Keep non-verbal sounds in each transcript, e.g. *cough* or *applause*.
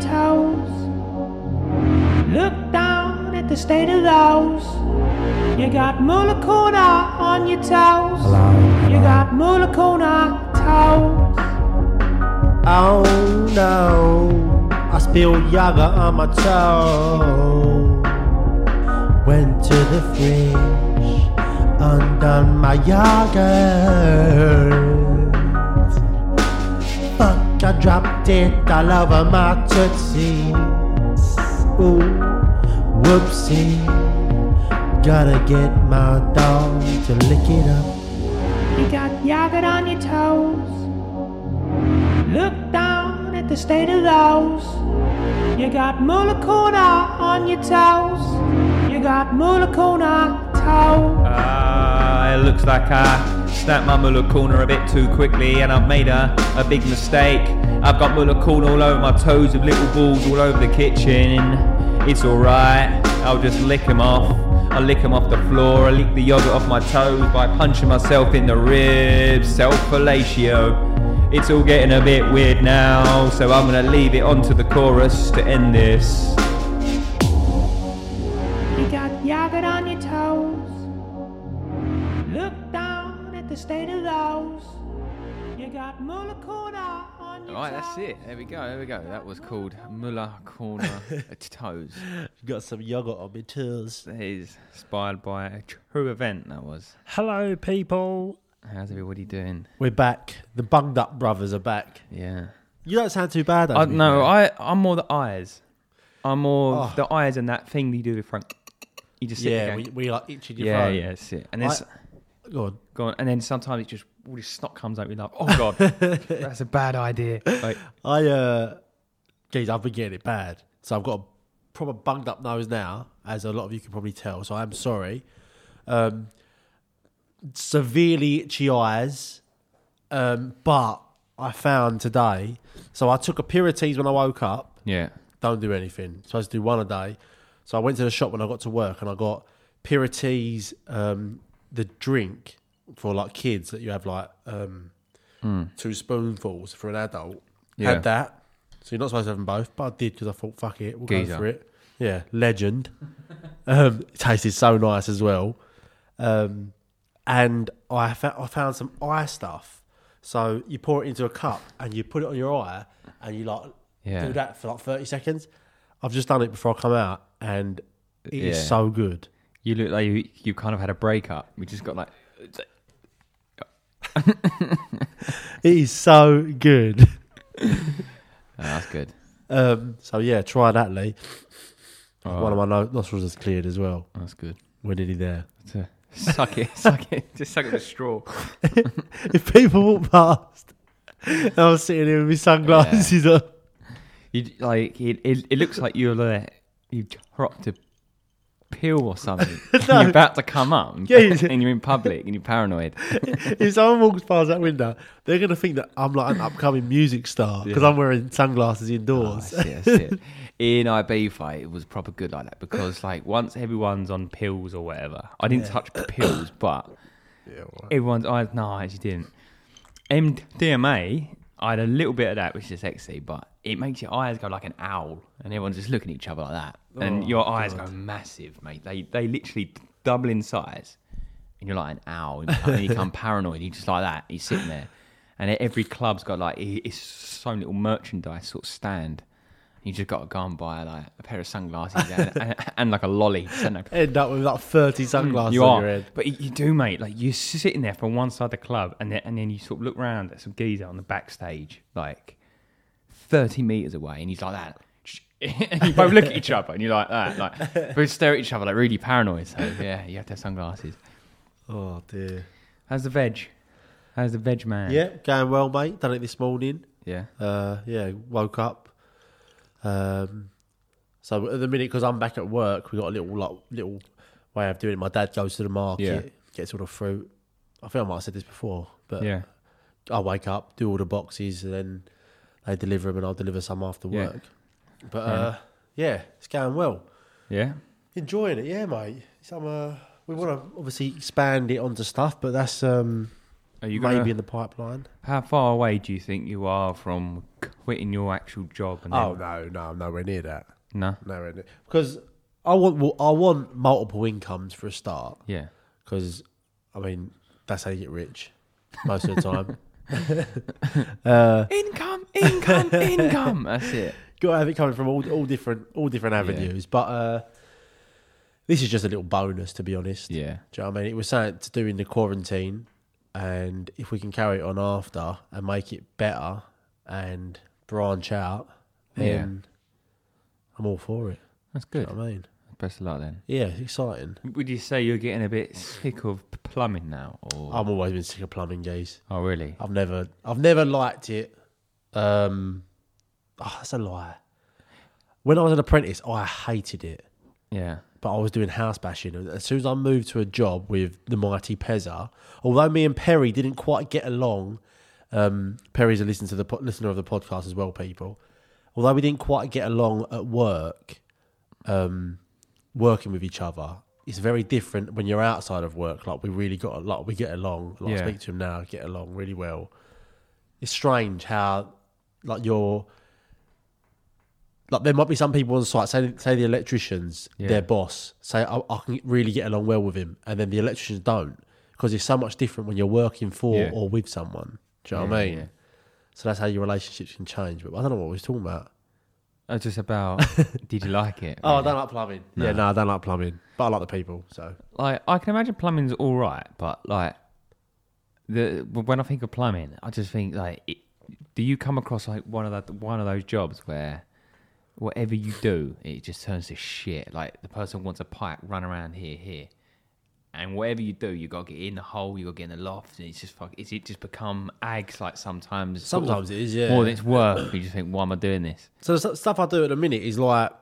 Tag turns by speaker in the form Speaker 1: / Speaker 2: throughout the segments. Speaker 1: toes. Look down at the state of those. You got Moolah Corner on your toes. You got Moolah Corner toes.
Speaker 2: Oh no, I spilled yaga on my toe. Went to the fridge, undone my yogurt. Fuck, I dropped it all over my tootsies. Ooh, whoopsie. Gotta get my dog to lick it up.
Speaker 1: You got yogurt on your toes. Look down at the state of those. You got Moolah Corner on your toes. You got Moolah Corner toes.
Speaker 3: Ah, it looks like I snapped my Muller corner a bit too quickly and I've made a, a big mistake. I've got Muller corner all over my toes with little balls all over the kitchen. It's alright, I'll just lick 'em off. I lick 'em off the floor, I lick the yogurt off my toes by punching myself in the ribs, self fellatio. It's all getting a bit weird now, so I'm gonna leave it onto the chorus to end this.
Speaker 1: You got yogurt on your toes. Look down at the state of those. You got Moolah Corner on your
Speaker 3: Right,
Speaker 1: toes.
Speaker 3: that's it. There we go. There we go. That was called Muller Corner Toes.
Speaker 2: Got some yogurt on my toes.
Speaker 3: That is inspired by a true event. That was.
Speaker 2: Hello, people.
Speaker 3: How's everybody doing?
Speaker 2: We're back. The bunged up brothers are back.
Speaker 3: Yeah.
Speaker 2: You don't sound too bad.
Speaker 3: I
Speaker 2: Andy.
Speaker 3: no. I I'm more the eyes. I'm more
Speaker 2: Oh.
Speaker 3: the eyes and that thing you do with Frank. You just sit
Speaker 2: yeah,
Speaker 3: there
Speaker 2: we,
Speaker 3: going,
Speaker 2: we are itching your
Speaker 3: yeah,
Speaker 2: phone.
Speaker 3: yeah, that's it. And then
Speaker 2: I-
Speaker 3: s-
Speaker 2: Go on.
Speaker 3: go on, and then sometimes it just all this snot comes out. You're like,
Speaker 2: *laughs*
Speaker 3: oh god, that's a bad idea. Like,
Speaker 2: I uh, geez, I've been getting it bad. So I've got a proper bunged up nose now, as a lot of you can probably tell. So I'm sorry. Um, severely itchy eyes, um, but I found today. So I took a Pirates when I woke up.
Speaker 3: yeah.
Speaker 2: don't do anything. Supposed to do one a day. So I went to the shop when I got to work and I got Piratees, um, the drink for like kids that you have like um, two spoonfuls for an adult.
Speaker 3: Hmm. Yeah.
Speaker 2: Had that. So you're not supposed to have them both, but I did because I thought, fuck it, we'll
Speaker 3: Geezer.
Speaker 2: go for it. Yeah, legend. *laughs* um, it tasted so nice as well. Um, and I, fa- I found some eye stuff. So you pour it into a cup and you put it on your eye and you like
Speaker 3: Yeah.
Speaker 2: do that for like 30 seconds. I've just done it before I come out and it is
Speaker 3: Yeah.
Speaker 2: so good.
Speaker 3: You look like you you kind of had a breakup. We just
Speaker 2: *laughs*
Speaker 3: got like,
Speaker 2: It is so good. *laughs*
Speaker 3: oh, that's good.
Speaker 2: Um, so yeah, try that, Lee.
Speaker 3: Oh,
Speaker 2: One of my no- nostrils is cleared as well.
Speaker 3: that's good.
Speaker 2: We're nearly there. *laughs*
Speaker 3: To suck it, *laughs* suck it, just suck it with a straw.
Speaker 2: if people walk past and I'm sitting here with my sunglasses on, *laughs*
Speaker 3: You d- like it, it, it looks like you're there. You dropped a pill or something.
Speaker 2: *laughs*
Speaker 3: You're about to come up, and,
Speaker 2: Yeah, you-
Speaker 3: *laughs* and you're in public, and
Speaker 2: *laughs*
Speaker 3: you're paranoid.
Speaker 2: if someone walks past that window, they're going to think that I'm like an upcoming music star because
Speaker 3: Yeah.
Speaker 2: I'm wearing sunglasses indoors.
Speaker 3: That's it, that's it. Oh, In Ibiza, it was proper good like that because, like, once everyone's on pills or whatever, I didn't touch pills, but everyone's. I no, I actually didn't. MDMA, I had a little bit of that, which is sexy, but it makes your eyes go like an owl, and everyone's just looking at each other like that, and your eyes go massive, mate. They they literally d- double in size, and you're like an owl, and you become paranoid. You just like that. You're sitting there, and every club's got like i- it's so little merchandise sort of stand. You just got to go and buy like a pair of sunglasses and, and, and like a lolly. don't know.
Speaker 2: *laughs* End up with like 30 sunglasses
Speaker 3: Mm, You
Speaker 2: on
Speaker 3: are,
Speaker 2: your head.
Speaker 3: but you- you do, mate. Like you're sitting there from one side of the club, and then and then you sort of look round at some geezer on the backstage, like thirty meters away, and he's like that. *laughs* and you both look at each other, and you're like
Speaker 2: *laughs*
Speaker 3: that, like both stare at each other, like really paranoid. So yeah, you have to have sunglasses.
Speaker 2: Oh dear.
Speaker 3: How's the veg? How's the veg man?
Speaker 2: Yeah, going well, mate. Done it this morning.
Speaker 3: yeah.
Speaker 2: Uh, yeah, woke up. Um, so at the minute, because I'm back at work, we got a little like little way of doing it. My dad goes to the market,
Speaker 3: Yeah.
Speaker 2: gets all the fruit. I think I might have said this before, but
Speaker 3: Yeah,
Speaker 2: I wake up, do all the boxes, and then they deliver them, and I'll deliver some after
Speaker 3: Yeah.
Speaker 2: work. But uh, yeah, it's going well.
Speaker 3: yeah,
Speaker 2: Enjoying it, yeah, mate. Some uh, we want to obviously expand it onto stuff, but that's um,
Speaker 3: Are you
Speaker 2: maybe
Speaker 3: gonna,
Speaker 2: in the pipeline.
Speaker 3: How far away do you think you are from quitting your actual job? And
Speaker 2: Oh
Speaker 3: then-
Speaker 2: no, no, I'm nowhere near that.
Speaker 3: no,
Speaker 2: Nowhere near because I want well, I want multiple incomes for a start.
Speaker 3: yeah,
Speaker 2: Because I mean that's how you get rich most of the time. uh,
Speaker 3: income, *laughs* income, income. That's it.
Speaker 2: got to have it coming from all all different all different avenues. But uh, this is just a little bonus, to be honest.
Speaker 3: Yeah,
Speaker 2: Do you know what I mean? It was something to do in the quarantine, and if we can carry it on after and make it better and branch out, then I'm all for it.
Speaker 3: that's
Speaker 2: Do you
Speaker 3: good.
Speaker 2: know what I mean?
Speaker 3: Best of luck then.
Speaker 2: Yeah, it's exciting.
Speaker 3: Would you say you're getting a bit sick of p- plumbing now? Or
Speaker 2: I've always been sick of plumbing, geez.
Speaker 3: oh, really?
Speaker 2: I've never, I've never liked it. Um, oh, that's a lie. When I was an apprentice, I hated it.
Speaker 3: Yeah,
Speaker 2: but I was doing house bashing. And As soon as I moved to a job with the mighty Pezza, although me and Perry didn't quite get along, um, Perry's a listen to the po- listener of the podcast as well, people. Although we didn't quite get along at work, um, working with each other, it's very different when you're outside of work. Like we really got a lot, we get along. Like
Speaker 3: Yeah.
Speaker 2: I speak to him now, get along really well. It's strange how like your like there might be some people on site say say the electricians
Speaker 3: Yeah.
Speaker 2: their boss say I, I can really get along well with him and then the electricians don't because it's so much different when you're working for
Speaker 3: Yeah.
Speaker 2: or with someone do you know what
Speaker 3: Yeah,
Speaker 2: I mean
Speaker 3: yeah.
Speaker 2: so that's how your relationships can change but I don't know what we was talking about
Speaker 3: I was Uh, just *laughs* about. did you like it?
Speaker 2: oh I
Speaker 3: really?
Speaker 2: don't like plumbing yeah no I don't like plumbing but I like the people so
Speaker 3: like I can imagine plumbing's all right, but like the when I think of plumbing, I just think like, it, do you come across like one of that one of those jobs where whatever you do, it just turns to shit. Like the person wants a pipe, run around here, here, and whatever you do, you gotta get in the hole, you gotta get in the loft, and it's just fuck. It's it just become ags like sometimes. sort of
Speaker 2: Sometimes it is, yeah.
Speaker 3: More than it's worth. you just think, why am I doing this?
Speaker 2: So the stu- stuff I do at the minute is like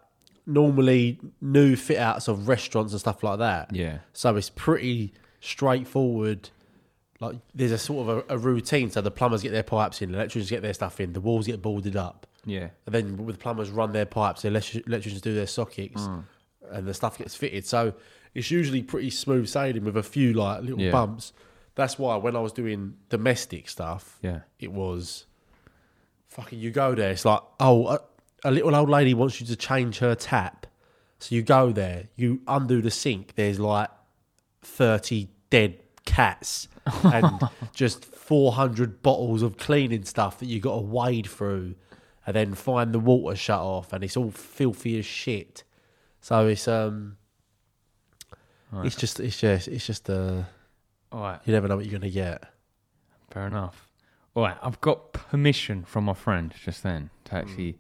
Speaker 2: normally new fit outs of restaurants and stuff like that.
Speaker 3: Yeah.
Speaker 2: So it's pretty straightforward. Like there's a sort of a, a routine. So the plumbers get their pipes in, the electricians get their stuff in, the walls get boarded up,
Speaker 3: Yeah.
Speaker 2: and then with the plumbers run their pipes, the electri- electricians do their sockets,
Speaker 3: Hmm.
Speaker 2: and the stuff gets fitted. So it's usually pretty smooth sailing with a few like little
Speaker 3: Yeah.
Speaker 2: bumps. That's why when I was doing domestic stuff,
Speaker 3: Yeah.
Speaker 2: it was fucking you go there it's like oh a, a little old lady wants you to change her tap so you go there you undo the sink there's like 30 dead cats and just 400 bottles of cleaning stuff that you got to wade through and then find the water shut off and it's all filthy as shit so it's um it's just it's just it's just uh
Speaker 3: All right.
Speaker 2: you never know what you're gonna get
Speaker 3: Fair enough. All right, I've got permission from my friend just then to actually.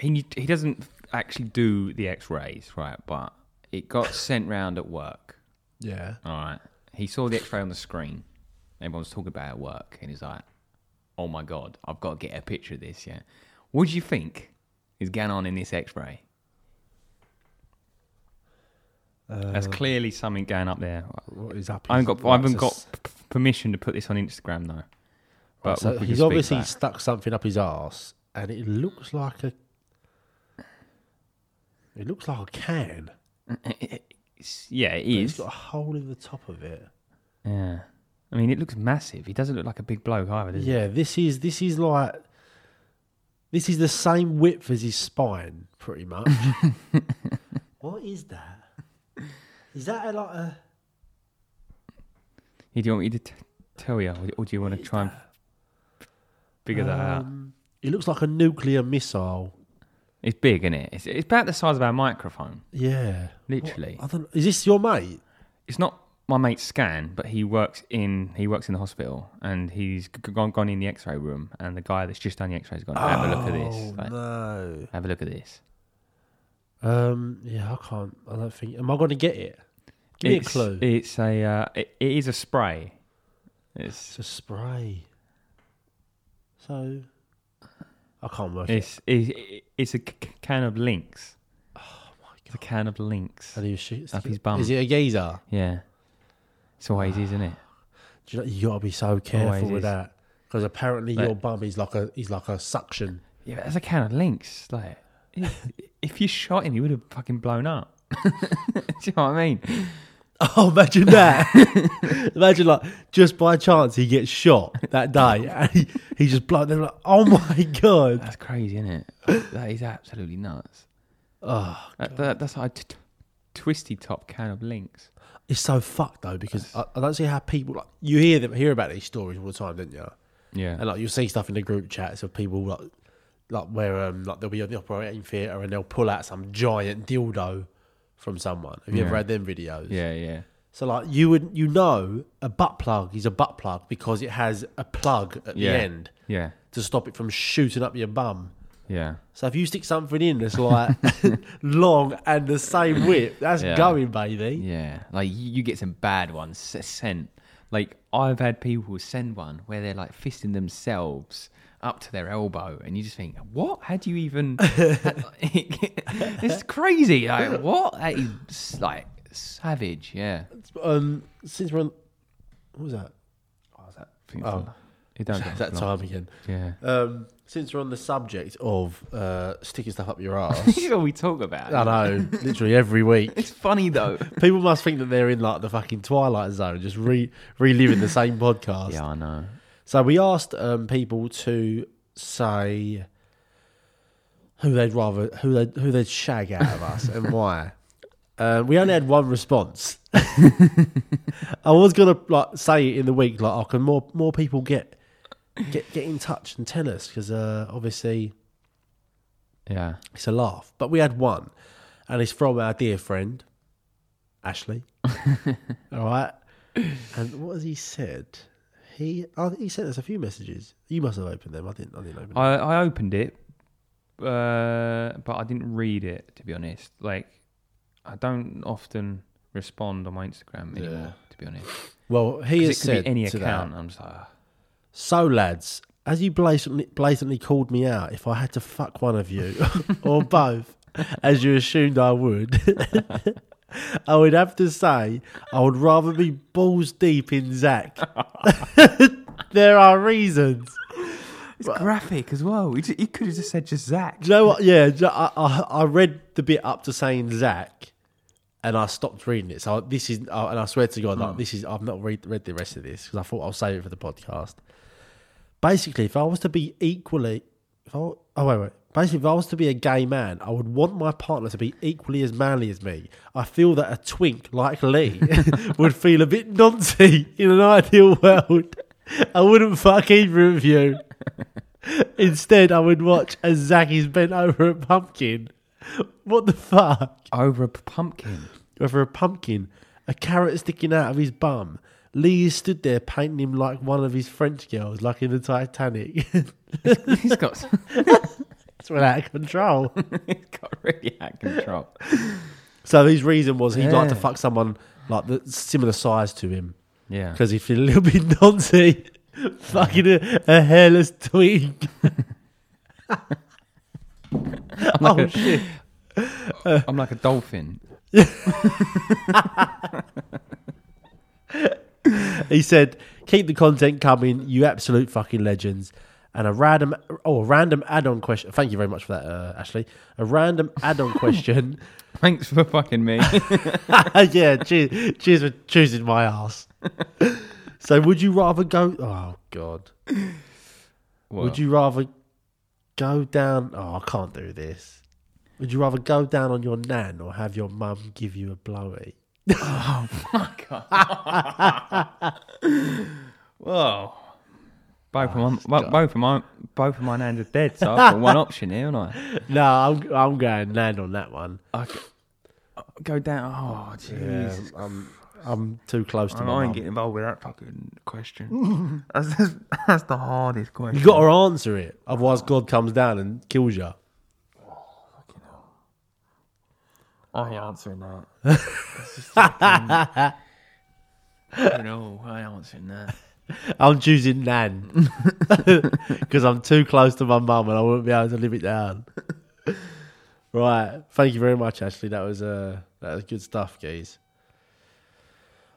Speaker 3: He he doesn't actually do the X-rays, right? But it got *coughs* sent round at work.
Speaker 2: yeah
Speaker 3: All right, he saw the X-ray on the screen. Everyone was talking about it at work, and he's like, "Oh my god, I've got to get a picture of this." Yeah, what do you think is going on in this X-ray? That's clearly something going up there.
Speaker 2: what is up
Speaker 3: I haven't
Speaker 2: his-
Speaker 3: got, I haven't
Speaker 2: Right, so
Speaker 3: got p- p- permission to put this on Instagram though. But
Speaker 2: So
Speaker 3: we- we can
Speaker 2: he's
Speaker 3: speak
Speaker 2: obviously
Speaker 3: back.
Speaker 2: stuck something up his arse, and it looks like a. It looks like a can.
Speaker 3: *laughs* It's- yeah, it
Speaker 2: It's
Speaker 3: is.
Speaker 2: got a hole in the top of it.
Speaker 3: Yeah, I mean, it looks massive. He doesn't look like a big bloke either. Does
Speaker 2: Yeah, this is this is like. This is the same width as his spine, pretty
Speaker 3: *laughs*
Speaker 2: much. what is that? Is that a, like a?
Speaker 3: he? Do you want me to t- tell you, or- or do you want to try and figure that out?
Speaker 2: um, It looks like a nuclear missile.
Speaker 3: It's big, isn't it? It's, it's about the size of our microphone.
Speaker 2: Yeah,
Speaker 3: Literally.
Speaker 2: What- I don't, is this your mate?
Speaker 3: It's not my mate Scan, but he works in he works in the hospital, and he's g- gone gone in the X-ray room, and the guy that's just done the X-ray has gone. Have a look at
Speaker 2: Oh
Speaker 3: this. Like,
Speaker 2: no.
Speaker 3: Have a look at this.
Speaker 2: Um. Yeah, I can't. I don't think. Am I going to get it? Give
Speaker 3: it's,
Speaker 2: me a clue.
Speaker 3: It's a uh, it, it is a spray.
Speaker 2: It's
Speaker 3: It's
Speaker 2: a spray. So I can't work it.
Speaker 3: it's it's, it's a c- c- can of links. Oh my god! It's a can of links.
Speaker 2: And he was shooting
Speaker 3: Up his bum.
Speaker 2: Is it a geezer?
Speaker 3: Yeah, it's always is, isn't it?
Speaker 2: Do you, know, you gotta be so careful
Speaker 3: Always
Speaker 2: with
Speaker 3: is.
Speaker 2: that because apparently
Speaker 3: Like-
Speaker 2: your bum is like a is like a
Speaker 3: *laughs*
Speaker 2: suction.
Speaker 3: Yeah, but that's a can of links. Like, *laughs* if- if you shot him, he would have fucking blown up. Do you know what I mean?
Speaker 2: Oh, *laughs* imagine that. *laughs* imagine, like, just by chance, he gets shot that
Speaker 3: *laughs*
Speaker 2: day. And he, he just blown them, like, oh my God.
Speaker 3: That's crazy, isn't it? That is absolutely nuts.
Speaker 2: Oh,
Speaker 3: That, that, that's like a t- t- twisty top can of links.
Speaker 2: it's so fucked, though, because I, I don't see how people, like, you hear them, hear about these stories all the time, don't you?
Speaker 3: Yeah.
Speaker 2: And, like, you'll see stuff in the group chats of people, like, like where, um, like, they'll be on the operating theatre and they'll pull out some giant dildo from someone. Have you ever
Speaker 3: Yeah.
Speaker 2: had them videos?
Speaker 3: yeah, yeah.
Speaker 2: So like you would you know a butt plug is a butt plug because it has a plug at
Speaker 3: Yeah.
Speaker 2: the end
Speaker 3: Yeah.
Speaker 2: to stop it from shooting up your bum.
Speaker 3: Yeah.
Speaker 2: So if you stick something in that's
Speaker 3: *laughs*
Speaker 2: like long and the same width, that's
Speaker 3: Yeah.
Speaker 2: going, baby.
Speaker 3: Yeah, like you, you get some bad ones s- sent. Like I've had people send one where they're like fisting themselves up to their elbow, and you just think, "What? How do you even?" *laughs* it's crazy. Like what? That is s- like savage. Yeah.
Speaker 2: Um, since we're on, what was that? Oh.
Speaker 3: It don't
Speaker 2: It's that time again.
Speaker 3: Yeah. *laughs*
Speaker 2: Um, since we're on the subject of uh, sticking stuff up your ass,
Speaker 3: This is all we talk about.
Speaker 2: I know literally every week.
Speaker 3: It's funny though.
Speaker 2: People must think that they're in like the fucking twilight zone, just re- reliving the same podcast.
Speaker 3: *laughs* yeah, I know.
Speaker 2: So we asked um, people to say who they'd rather who they who they'd shag out of us and why. Um, we only had one response. *laughs* I was gonna like say it in the week, like, oh, can more more people get get get in touch and tell us because uh, obviously
Speaker 3: Yeah.
Speaker 2: it's a laugh. But we had one, and it's from our dear friend
Speaker 3: *laughs*
Speaker 2: Ashley. All right, and what has he said? He I think he sent us a few messages. You must have opened them. I didn't. I didn't open them.
Speaker 3: I, I opened it, uh, but I didn't read it to be honest. Like, I don't often respond on my Instagram anymore. To be honest, 'Cause
Speaker 2: Well, he has
Speaker 3: it could
Speaker 2: said
Speaker 3: be any
Speaker 2: to
Speaker 3: account.
Speaker 2: That,
Speaker 3: I'm just like, "Ah."
Speaker 2: so lads, as you blatantly, blatantly called me out, if I had to fuck one of you *laughs* or both, as you assumed I would. *laughs* I would have to say I would rather be balls deep in Zach. *laughs* there are reasons.
Speaker 3: it's graphic as well. He, ju- he could have just said just Zach.
Speaker 2: Do you know what? Yeah, do you- I, I, I read the bit up to saying Zach, and I stopped reading it. So this is, uh, and I swear to God, like, this is I've not read read the rest of this because I thought I'll save it for the podcast. Basically, if I was to be equally, if I, oh wait, wait. Basically, if I was to be a gay man, I would want my partner to be equally as manly as me. I feel that a twink like Lee *laughs* would feel a bit nancy *laughs* in an ideal world. I wouldn't fuck either of you. Instead, I would watch as Zach is bent over a pumpkin. What the fuck?
Speaker 3: Over a p- pumpkin.
Speaker 2: Over a pumpkin, a carrot sticking out of his bum. Lee stood there painting him like one of his French girls, like in the Titanic.
Speaker 3: *laughs*
Speaker 2: *laughs*
Speaker 3: He's got s- *laughs*
Speaker 2: it's well out of control.
Speaker 3: he's got really out of control.
Speaker 2: so his reason was he'd like to
Speaker 3: Yeah.
Speaker 2: fuck someone like the similar size to him
Speaker 3: *laughs* Yeah.
Speaker 2: because he'd feel a little bit *laughs* nancy, fucking a, a hairless twink.
Speaker 3: like
Speaker 2: oh
Speaker 3: a- *laughs*
Speaker 2: shit!
Speaker 3: I'm like a dolphin.
Speaker 2: He said, "Keep the content coming, you absolute fucking legends." And a random, oh, a random add-on question. Thank you very much for that, uh, Ashley. A random add-on *laughs* question.
Speaker 3: Thanks for fucking *laughs* me.
Speaker 2: yeah, cheers, cheers for choosing my ass. so, would you rather go? Oh God, would
Speaker 3: What?
Speaker 2: you rather go down? Oh, I can't do this. Would you rather go down on your nan or have your mum give you a blowy?
Speaker 3: *laughs* Whoa. Both of my bo- both of my both of my names are dead, so I've got one option here, haven't I?
Speaker 2: No, I'm I'm going nan on that one.
Speaker 3: Okay. *laughs* Go down. Oh, jeez.
Speaker 2: Yeah, I'm I'm too close to
Speaker 3: I'm
Speaker 2: my
Speaker 3: not
Speaker 2: mum.
Speaker 3: getting involved with that fucking *laughs* question. that's, that's, that's the hardest question.
Speaker 2: You got to answer it, otherwise God comes down and kills you.
Speaker 3: I ain't answering *laughs* that. It's just fucking, you know, I ain't answering that.
Speaker 2: I'm choosing Nan *laughs* because I'm too close to my mum and I wouldn't be able to live it down. right, thank you very much, Ashley. That was uh, that was good stuff, guys.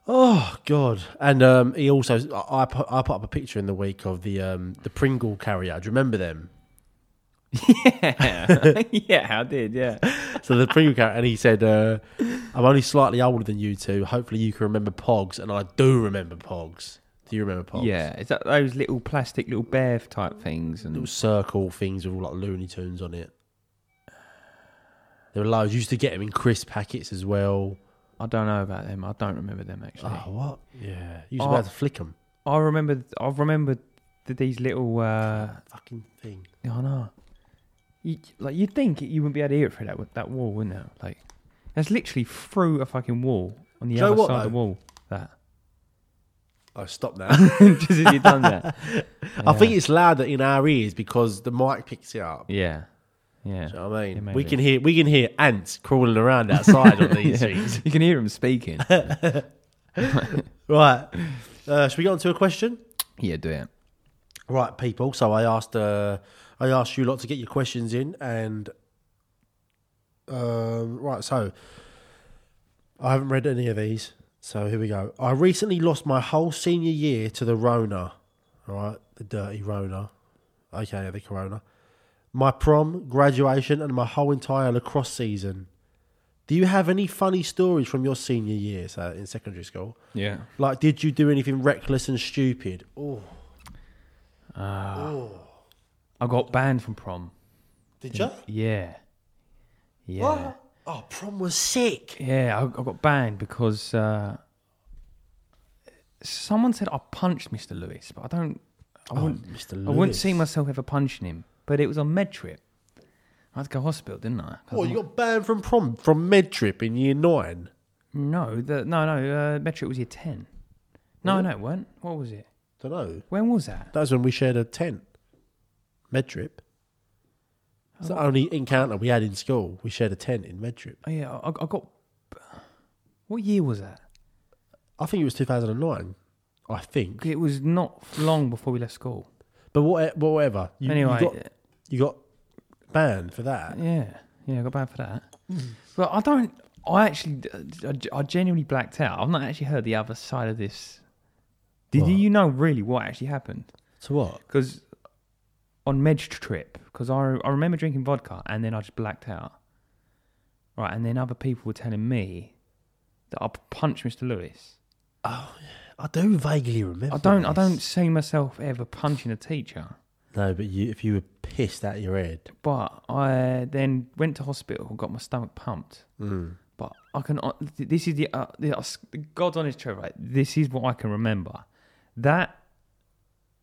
Speaker 2: Oh God! And um, he also I I put, I put up a picture in the week of the um, the Pringle carrier. Do you remember them?
Speaker 3: *laughs* yeah, *laughs* yeah, I did. Yeah,
Speaker 2: So the Pringle character, and he said, uh, "I'm only slightly older than you two. Hopefully, you can remember Pogs." And I do remember Pogs. Do you remember Pogs?
Speaker 3: yeah. Is that those little plastic little bear type things? And
Speaker 2: Little circle things with all like Looney Tunes on it. There were loads. You used to get them in crisp packets as well.
Speaker 3: I don't know about them. I don't remember them actually.
Speaker 2: Oh, what? Yeah, you used
Speaker 3: Oh.
Speaker 2: to be able to flick them.
Speaker 3: I remember. I remember th- these little. Uh,
Speaker 2: Fucking thing.
Speaker 3: I know. You, like you'd think you wouldn't be able to hear it through that that wall, wouldn't it? Like that's literally through a fucking wall on the
Speaker 2: Do you know
Speaker 3: other
Speaker 2: what,
Speaker 3: side of the
Speaker 2: though?
Speaker 3: wall. That *laughs*
Speaker 2: Oh, stop *laughs* now.
Speaker 3: just as you done
Speaker 2: *laughs*
Speaker 3: that.
Speaker 2: I think it's louder in our ears because the mic picks it up.
Speaker 3: Yeah, yeah.
Speaker 2: Do
Speaker 3: *laughs*
Speaker 2: you know what I mean?
Speaker 3: Yeah,
Speaker 2: we
Speaker 3: maybe.
Speaker 2: can hear we can hear ants crawling around outside *laughs* on these things.
Speaker 3: You can hear him speaking.
Speaker 2: Right. Uh, should we get on to a question?
Speaker 3: *laughs* yeah, do it.
Speaker 2: Right, people. So I asked uh, I asked you lot to get your questions in and um, right, so I haven't read any of these. So here we go. I recently lost my whole senior year to the Rona. All right, the dirty Rona. Okay, the Corona. My prom, graduation, and my whole entire lacrosse season. Do you have any funny stories from your senior year, so in secondary school?
Speaker 3: Yeah.
Speaker 2: Like, did you do anything reckless and stupid? Oh,
Speaker 3: I got banned from prom.
Speaker 2: did you?
Speaker 3: Yeah. Yeah.
Speaker 2: What? Oh, prom was sick.
Speaker 3: Yeah, I, I got banned because uh, someone said I punched Mr. Lewis, but I don't. I wouldn't.
Speaker 2: Mr.
Speaker 3: I wouldn't
Speaker 2: Oh, Lewis.
Speaker 3: see myself ever punching him. But it was on med trip. I had to go hospital, didn't I? 'Cause
Speaker 2: What,
Speaker 3: I'm-
Speaker 2: you got banned from prom from med trip in year nine?
Speaker 3: No, the, no, no. Uh, med trip was year ten. No, no, it weren't. What was it?
Speaker 2: Don't know.
Speaker 3: When was that?
Speaker 2: That was when we shared a tent. Med trip. It's the only encounter we had in school. We shared a tent in med trip.
Speaker 3: Oh, yeah, I, I got. What year was that?
Speaker 2: I think it was 2009. I think.
Speaker 3: It was not long before we left school.
Speaker 2: But what, but whatever. You,
Speaker 3: Anyway,
Speaker 2: You got, you got banned for that.
Speaker 3: Yeah, yeah, I got banned for that.
Speaker 2: Hmm.
Speaker 3: but I don't. I actually, I, I genuinely blacked out. I've not actually heard the other side of this. Did
Speaker 2: What?
Speaker 3: you know really what actually happened?
Speaker 2: So what?
Speaker 3: Because on Med's trip, because I I remember drinking vodka and then I just blacked out. Right, and then other people were telling me that I punched Mr. Lewis.
Speaker 2: I do vaguely remember.
Speaker 3: I don't. I
Speaker 2: this.
Speaker 3: don't see myself ever punching a teacher.
Speaker 2: No, but you, if you were pissed out of your head.
Speaker 3: But I then went to hospital and got my stomach pumped. But I can. uh, th- This is the, uh, the uh, s- God honest truth, right? This is what I can remember. That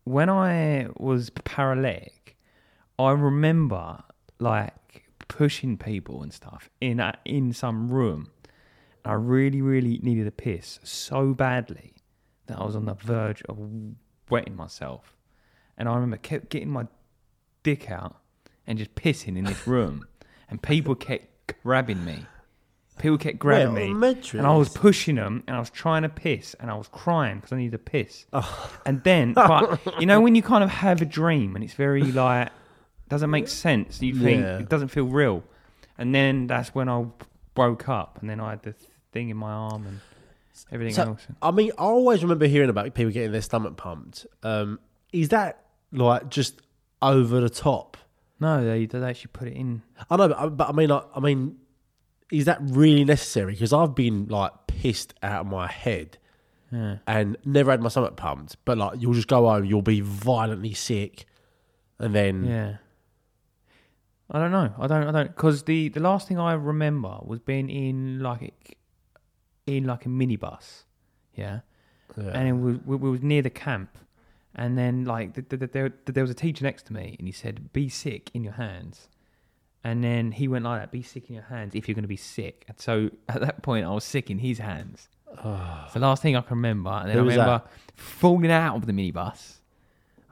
Speaker 3: when I was paralytic, I remember like pushing people and stuff in a, in some room. I really, really needed a piss so badly that I was on the verge of wetting myself, and I remember kept getting my dick out and just pissing in this room, and people kept grabbing me. People kept grabbing
Speaker 2: Well,
Speaker 3: me,
Speaker 2: Madrid.
Speaker 3: and I was pushing them, and I was trying to piss, and I was crying because I needed a piss. And
Speaker 2: *laughs*
Speaker 3: then, but you know, when you kind of have a dream and it's very like doesn't make sense, you think
Speaker 2: Yeah.
Speaker 3: it doesn't feel real, and then that's when I woke up, and then I had the thing in my arm and everything
Speaker 2: So,
Speaker 3: else.
Speaker 2: I mean, I always remember hearing about people getting their stomach pumped. Um, is that like just over the top?
Speaker 3: No, they they actually put it in.
Speaker 2: I know, but, but I mean, I, I mean, is that really necessary? Because I've been like pissed out of my head and never had my stomach pumped. But like, you'll just go home, you'll be violently sick, and then
Speaker 3: Yeah. I don't know. I don't. I don't. Because the the last thing I remember was being in like in like a minibus, yeah, and it was, we, we was near the camp, and then like th th th there there was a teacher next to me, and he said, "Be sick in your hands," and then he went like that, "Be sick in your hands if you're going to be sick." And so at that point, I was sick in his hands. It's the last thing I can remember, and then
Speaker 2: Ah. Who
Speaker 3: I
Speaker 2: was
Speaker 3: remember falling out of the minibus.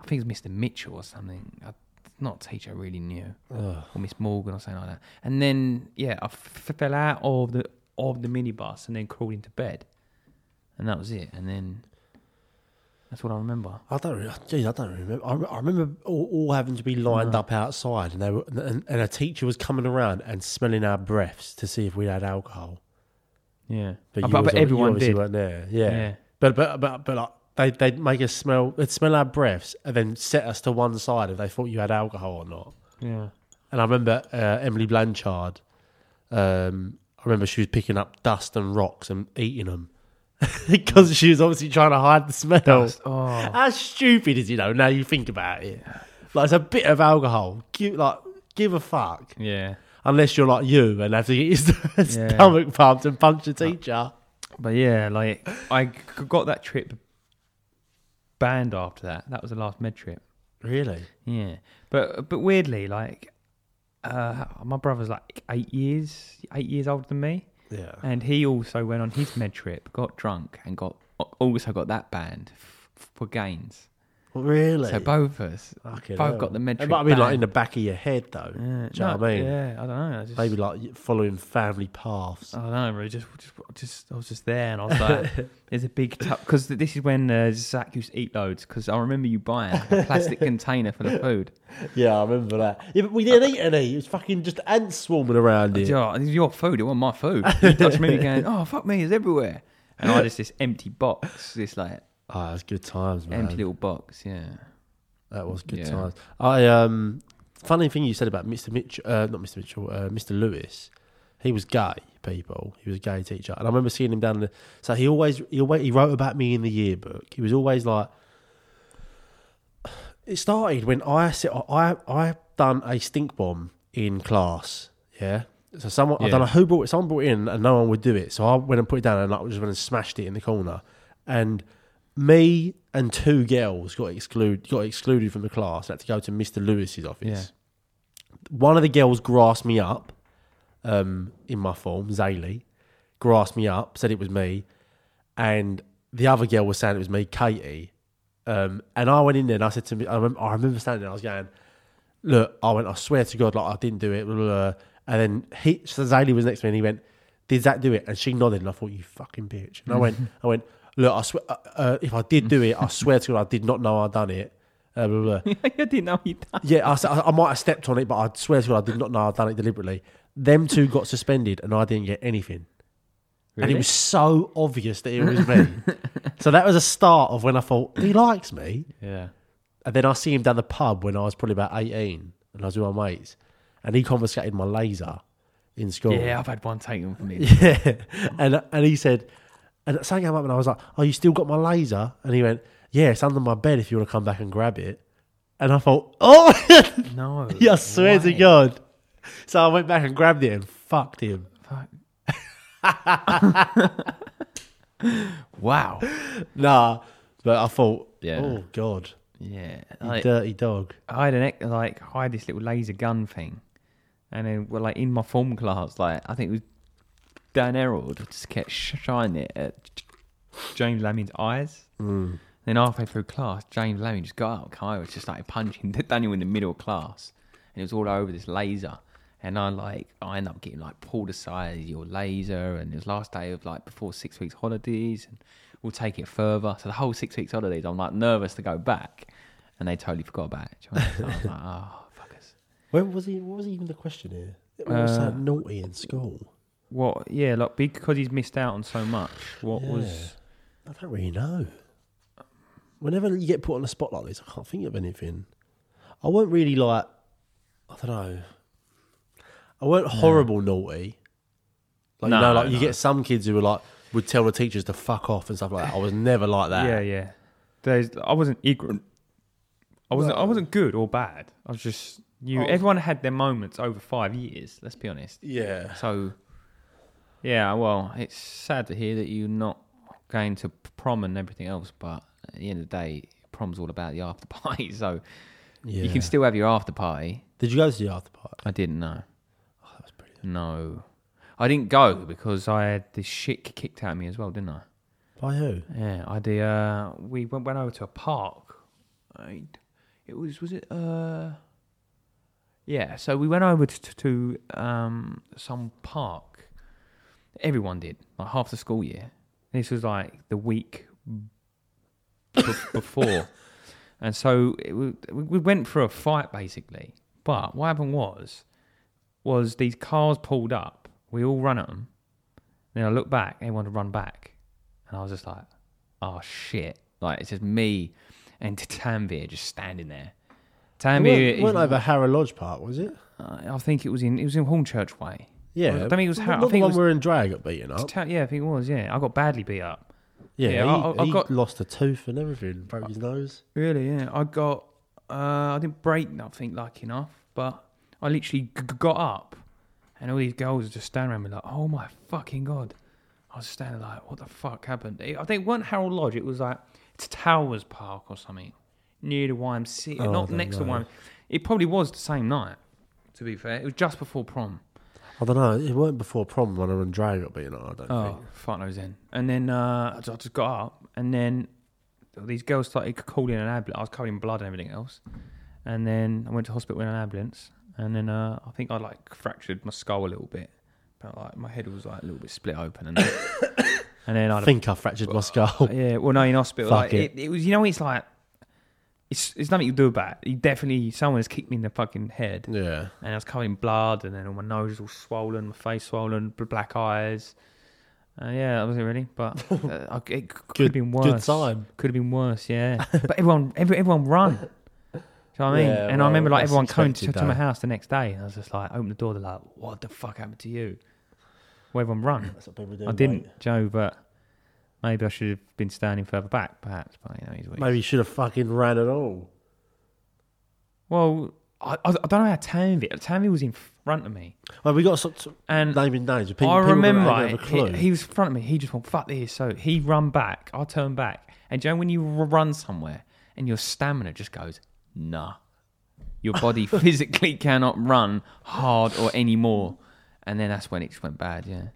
Speaker 3: I think it was Mr. Mitchell or something. I, not a teacher I really knew, or Miss Morgan or something like that. And then yeah, I f- f- fell out of the of the minibus and then crawled into bed, and that was it. And then that's what I remember.
Speaker 2: I don't. Really, geez, I don't remember. I, re- I remember all, all having to be lined up outside, and they were, and, and a teacher was coming around and smelling our breaths to see if we had alcohol.
Speaker 3: Yeah,
Speaker 2: But,
Speaker 3: Uh,
Speaker 2: you
Speaker 3: but,
Speaker 2: was-
Speaker 3: but everyone
Speaker 2: you obviously
Speaker 3: did.
Speaker 2: weren't there. Yeah.
Speaker 3: Yeah.
Speaker 2: But but but but like, they they'd make us smell they'd smell our breaths and then set us to one side if they thought you had alcohol or not.
Speaker 3: Yeah,
Speaker 2: And I remember uh, Emily Blanchard. Um, I remember she was picking up dust and rocks and eating *laughs* them because she was obviously trying to hide the smell.
Speaker 3: Oh,
Speaker 2: How stupid is you know? Now you think about it, like it's a bit of alcohol. Give, like give a fuck,
Speaker 3: yeah.
Speaker 2: unless you're like you and have to get your *laughs*
Speaker 3: Yeah. Uh,
Speaker 2: stomach pumped and punch a teacher.
Speaker 3: But yeah, like I g- got that trip banned after that. That was the last med trip.
Speaker 2: Really?
Speaker 3: Yeah, but but weirdly, like uh, my brother's like eight years eight years older than me,
Speaker 2: Yeah.
Speaker 3: and he also went on his med trip, got drunk, and got also got that banned f- f- for gains.
Speaker 2: Really?
Speaker 3: So both of us,
Speaker 2: Fucking
Speaker 3: both
Speaker 2: hell.
Speaker 3: got the med trip.
Speaker 2: It might be like in
Speaker 3: banned.
Speaker 2: the back of your head though.
Speaker 3: Yeah,
Speaker 2: Ah. Do you know what I mean?
Speaker 3: Yeah, I don't know. I just,
Speaker 2: Maybe like following family paths.
Speaker 3: I don't know, really. Just, just, just, I was just there, and I
Speaker 2: *laughs*
Speaker 3: was like, "There's a big tub." Because this is when uh, Zach used to eat loads. Because I remember you buying like, a
Speaker 2: *laughs*
Speaker 3: plastic container full of food.
Speaker 2: Yeah, I remember that. Yeah, but we didn't eat any. It was fucking just ants swarming around here.
Speaker 3: Yeah, "Oh, this is your food. It wasn't
Speaker 2: *laughs*
Speaker 3: my food. You touched me going, "Oh fuck me, it's everywhere." And I just this empty box, this like
Speaker 2: Ah, it was good times, man.
Speaker 3: empty little box. Yeah,
Speaker 2: That was good
Speaker 3: Yeah.
Speaker 2: times. I um, funny thing you said about Mr. Mitchell, uh, not Mr. Mitchell, uh, Mr. Lewis. He was gay, people. He was a gay teacher, and I remember seeing him down the. So he always he always he wrote about me in the yearbook. He was always like. It started when I sit, I I done a stink bomb in class. Yeah. So someone I
Speaker 3: Yeah.
Speaker 2: don't know who brought it. Someone brought it in, and no one would do it. So I went and put it down, and I just went and smashed it in the corner, and me and two girls got excluded got excluded from the class. had to go to Mr. Lewis's office. One of the girls grasped me up, um, in my form, Zaylee, grasped me up, said it was me, and the other girl was saying it was me, Katie. Um, and I went in there and I said to me, I remember, I remember standing there, I was going, look, I went, I swear to God, like I didn't do it. Blah, blah, blah. And then he, so Zaylee was next to me and he went, did that do it? And she nodded and I thought, you fucking bitch. And I went, I went, look, I swear, uh, uh, if I did do it, I swear to God, I did not know I'd done it. Uh, blah, blah, blah.
Speaker 3: *laughs* I didn't know you. Done.
Speaker 2: Yeah, I, s- I- I might have stepped on it, but I swear to God, I did not know I'd done it deliberately. Them two got suspended and I didn't get anything. And it
Speaker 3: Really?
Speaker 2: was so obvious that it was
Speaker 3: *laughs*
Speaker 2: me. so that was a start of when I thought, he likes me.
Speaker 3: Yeah,
Speaker 2: And then I see him down the pub when I was probably about 18 and I was with my mates. And he confiscated my laser in school.
Speaker 3: yeah. I've had one taken from me.
Speaker 2: Yeah. *laughs* And and he said, and something came up and I was like, oh, you still got my laser? And he went, yeah, it's under my bed if you want to come back and grab it. And I thought, oh, *laughs*
Speaker 3: No,
Speaker 2: yeah, I swear to
Speaker 3: why?
Speaker 2: God. So I went back and grabbed it and fucked him. *laughs*
Speaker 3: Fuck. *laughs* wow.
Speaker 2: Nah, but I thought,
Speaker 3: Yeah.
Speaker 2: oh God,
Speaker 3: Yeah.
Speaker 2: you
Speaker 3: Like,
Speaker 2: dirty dog.
Speaker 3: I had an ex- like I had this little laser gun thing, and then well, like in my form class, like I think it was Dan Errol just kept sh- shining it at J- James Lamin's eyes. Mm. Then halfway through class, James Lamin just got out. Kai was just like punching *laughs* Daniel in the middle of class, and it was all over this laser. And I like I ended up getting like pulled aside your laser, and it was last day of like before six weeks holidays, and we'll take it further. So the whole six weeks holidays, I'm like nervous to go back, and they totally forgot about it. Do you know what I mean? So I was like, *laughs* oh fuckers.
Speaker 2: When was he? What was even the question here? It was
Speaker 3: Uh,
Speaker 2: so naughty in school.
Speaker 3: What? Yeah, like because he's missed out on so much. What was?
Speaker 2: I don't really know. Whenever you get put on the spot like this, I can't think of anything. I weren't really like, I don't know. I weren't horrible naughty. Like
Speaker 3: No,
Speaker 2: you know, like
Speaker 3: no,
Speaker 2: you
Speaker 3: no.
Speaker 2: get some kids who were like would tell the teachers to fuck off and stuff like that. I was never like that.
Speaker 3: Yeah, yeah. There's. I wasn't ignorant. I wasn't. I wasn't good or bad. I was just. You.
Speaker 2: Oh.
Speaker 3: Everyone had their moments over five years. Let's be honest.
Speaker 2: yeah.
Speaker 3: So. Yeah. Well, it's sad to hear that you're not going to prom and everything else, but at the end of the day, prom's all about the after party. *laughs* So you
Speaker 2: Yeah.
Speaker 3: can still have your after party.
Speaker 2: Did you go to the after party?
Speaker 3: I didn't know.
Speaker 2: Oh, that was brilliant.
Speaker 3: No. I didn't go because I had this shit kicked out of me as well, didn't I?
Speaker 2: By who?
Speaker 3: Yeah, I did. Uh, we went, went over to a park. I, it was was it? Uh, yeah. So we went over to, to um, some park. Everyone did, like half the school year. This was like the week b- *laughs* before, and so it was, we we went for a fight basically. But what happened was, was these cars pulled up. We all ran at them. Then I looked back, everyone had run back. And I was just like, oh shit. Like, it's just me and Tanvir just standing there.
Speaker 2: It
Speaker 3: Tammy,
Speaker 2: weren't,
Speaker 3: is-
Speaker 2: weren't over Harrow Lodge Park, was it?
Speaker 3: I I think it was in it was in Hornchurch Way.
Speaker 2: Yeah.
Speaker 3: I don't think it was
Speaker 2: Not
Speaker 3: Harrow. I
Speaker 2: the
Speaker 3: think it
Speaker 2: one
Speaker 3: was-
Speaker 2: where in drag got beaten up.
Speaker 3: Ta- yeah, I think it was. Yeah, I got badly beat up.
Speaker 2: Yeah,
Speaker 3: Yeah,
Speaker 2: he,
Speaker 3: I- I- I
Speaker 2: he
Speaker 3: got-
Speaker 2: lost a tooth and everything, broke his nose.
Speaker 3: Really? Yeah, I got. Uh, I didn't break nothing, like enough, but I literally g- g- got up, and all these girls were just standing around me like, "Oh my fucking god!" I was standing like, "What the fuck happened?" It- I think it wasn't Harold Lodge. It was like it's Towers Park or something near the YMCA,
Speaker 2: Oh, I
Speaker 3: not
Speaker 2: don't
Speaker 3: next to
Speaker 2: know.
Speaker 3: YMCA. It probably was the same night. To be fair, it was just before prom.
Speaker 2: I don't know. It weren't before prom when I and drag got beaten up. I don't
Speaker 3: Oh,
Speaker 2: think.
Speaker 3: fuck knows then. And then uh, I ju- I just got up, and then these girls started c- calling an ambulance. I was covered in blood and everything else. And then I went to hospital in an ambulance, and then uh, I think I like fractured my skull a little bit. But like my head was like a little bit split open, and then, and then I
Speaker 2: I think I fractured my skull.
Speaker 3: yeah, well, no, in hospital,
Speaker 2: Fuck
Speaker 3: like, it. It, was you know it's like it's it's nothing you do about. it. You definitely someone has kicked me in the fucking head
Speaker 2: *laughs* Yeah.
Speaker 3: and I was covered in blood, and then all my nose was all swollen, my face swollen, bl- black eyes. Uh, yeah, that was it really,
Speaker 2: *laughs*
Speaker 3: but uh, I- it c- could have been
Speaker 2: Good-
Speaker 3: worse.
Speaker 2: good time.
Speaker 3: Could have been worse,
Speaker 2: *laughs*
Speaker 3: yeah. but everyone, every, everyone run. Do you know what I mean?
Speaker 2: Yeah,
Speaker 3: and I remember
Speaker 2: well,
Speaker 3: like
Speaker 2: that's
Speaker 3: everyone coming to,
Speaker 2: expected,
Speaker 3: to my
Speaker 2: though.
Speaker 3: house the next day, and I was just like, open the door, they're like, "What the fuck happened to you?" Well, everyone run.
Speaker 2: That's what people do.
Speaker 3: I didn't, Joe, but maybe I should have been standing further back, perhaps. But you know, he's weak.
Speaker 2: Maybe you should have fucking ran at all.
Speaker 3: Well, I, I, I don't know how Tanvi. Tanvi was in front of me,
Speaker 2: Well, we got some some
Speaker 3: and
Speaker 2: naming names. People,
Speaker 3: I
Speaker 2: people
Speaker 3: remember
Speaker 2: don't have a
Speaker 3: it.
Speaker 2: clue.
Speaker 3: He, he was in front of me. He just went fuck this. So he run back. I turn back. And Joe, when you r- run somewhere and your stamina just goes nah, your
Speaker 2: *laughs*
Speaker 3: body physically cannot run hard or anymore. And then that's when it just went bad. Yeah.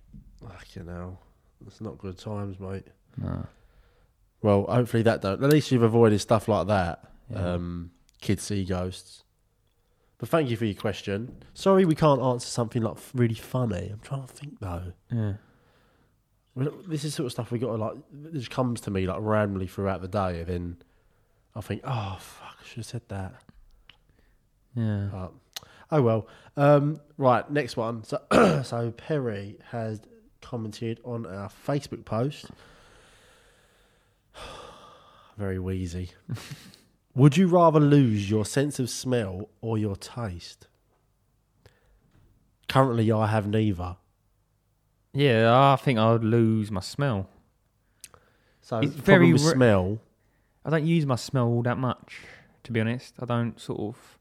Speaker 2: Fucking hell. That's not good times, mate.
Speaker 3: No.
Speaker 2: Well, hopefully that don't. At least you've avoided stuff like that. Um, kids see ghosts. But thank you for your question. Sorry we can't answer something like f- really funny. I'm trying to think though.
Speaker 3: Yeah.
Speaker 2: Well, This is sort of stuff we got to like. This comes to me like randomly throughout the day, and then I think, oh fuck, I should have said that.
Speaker 3: Yeah.
Speaker 2: But oh well. Um, right, next one. So, *clears throat* so Perry has commented on our Facebook post. *sighs* Very wheezy. *laughs* Would you rather lose your sense of smell or your taste? Currently, I have neither.
Speaker 3: Yeah. I think I would lose my smell.
Speaker 2: So
Speaker 3: It's
Speaker 2: the
Speaker 3: very
Speaker 2: problem with
Speaker 3: ra-
Speaker 2: smell.
Speaker 3: I don't use my smell all that much, to be honest. I don't sort of.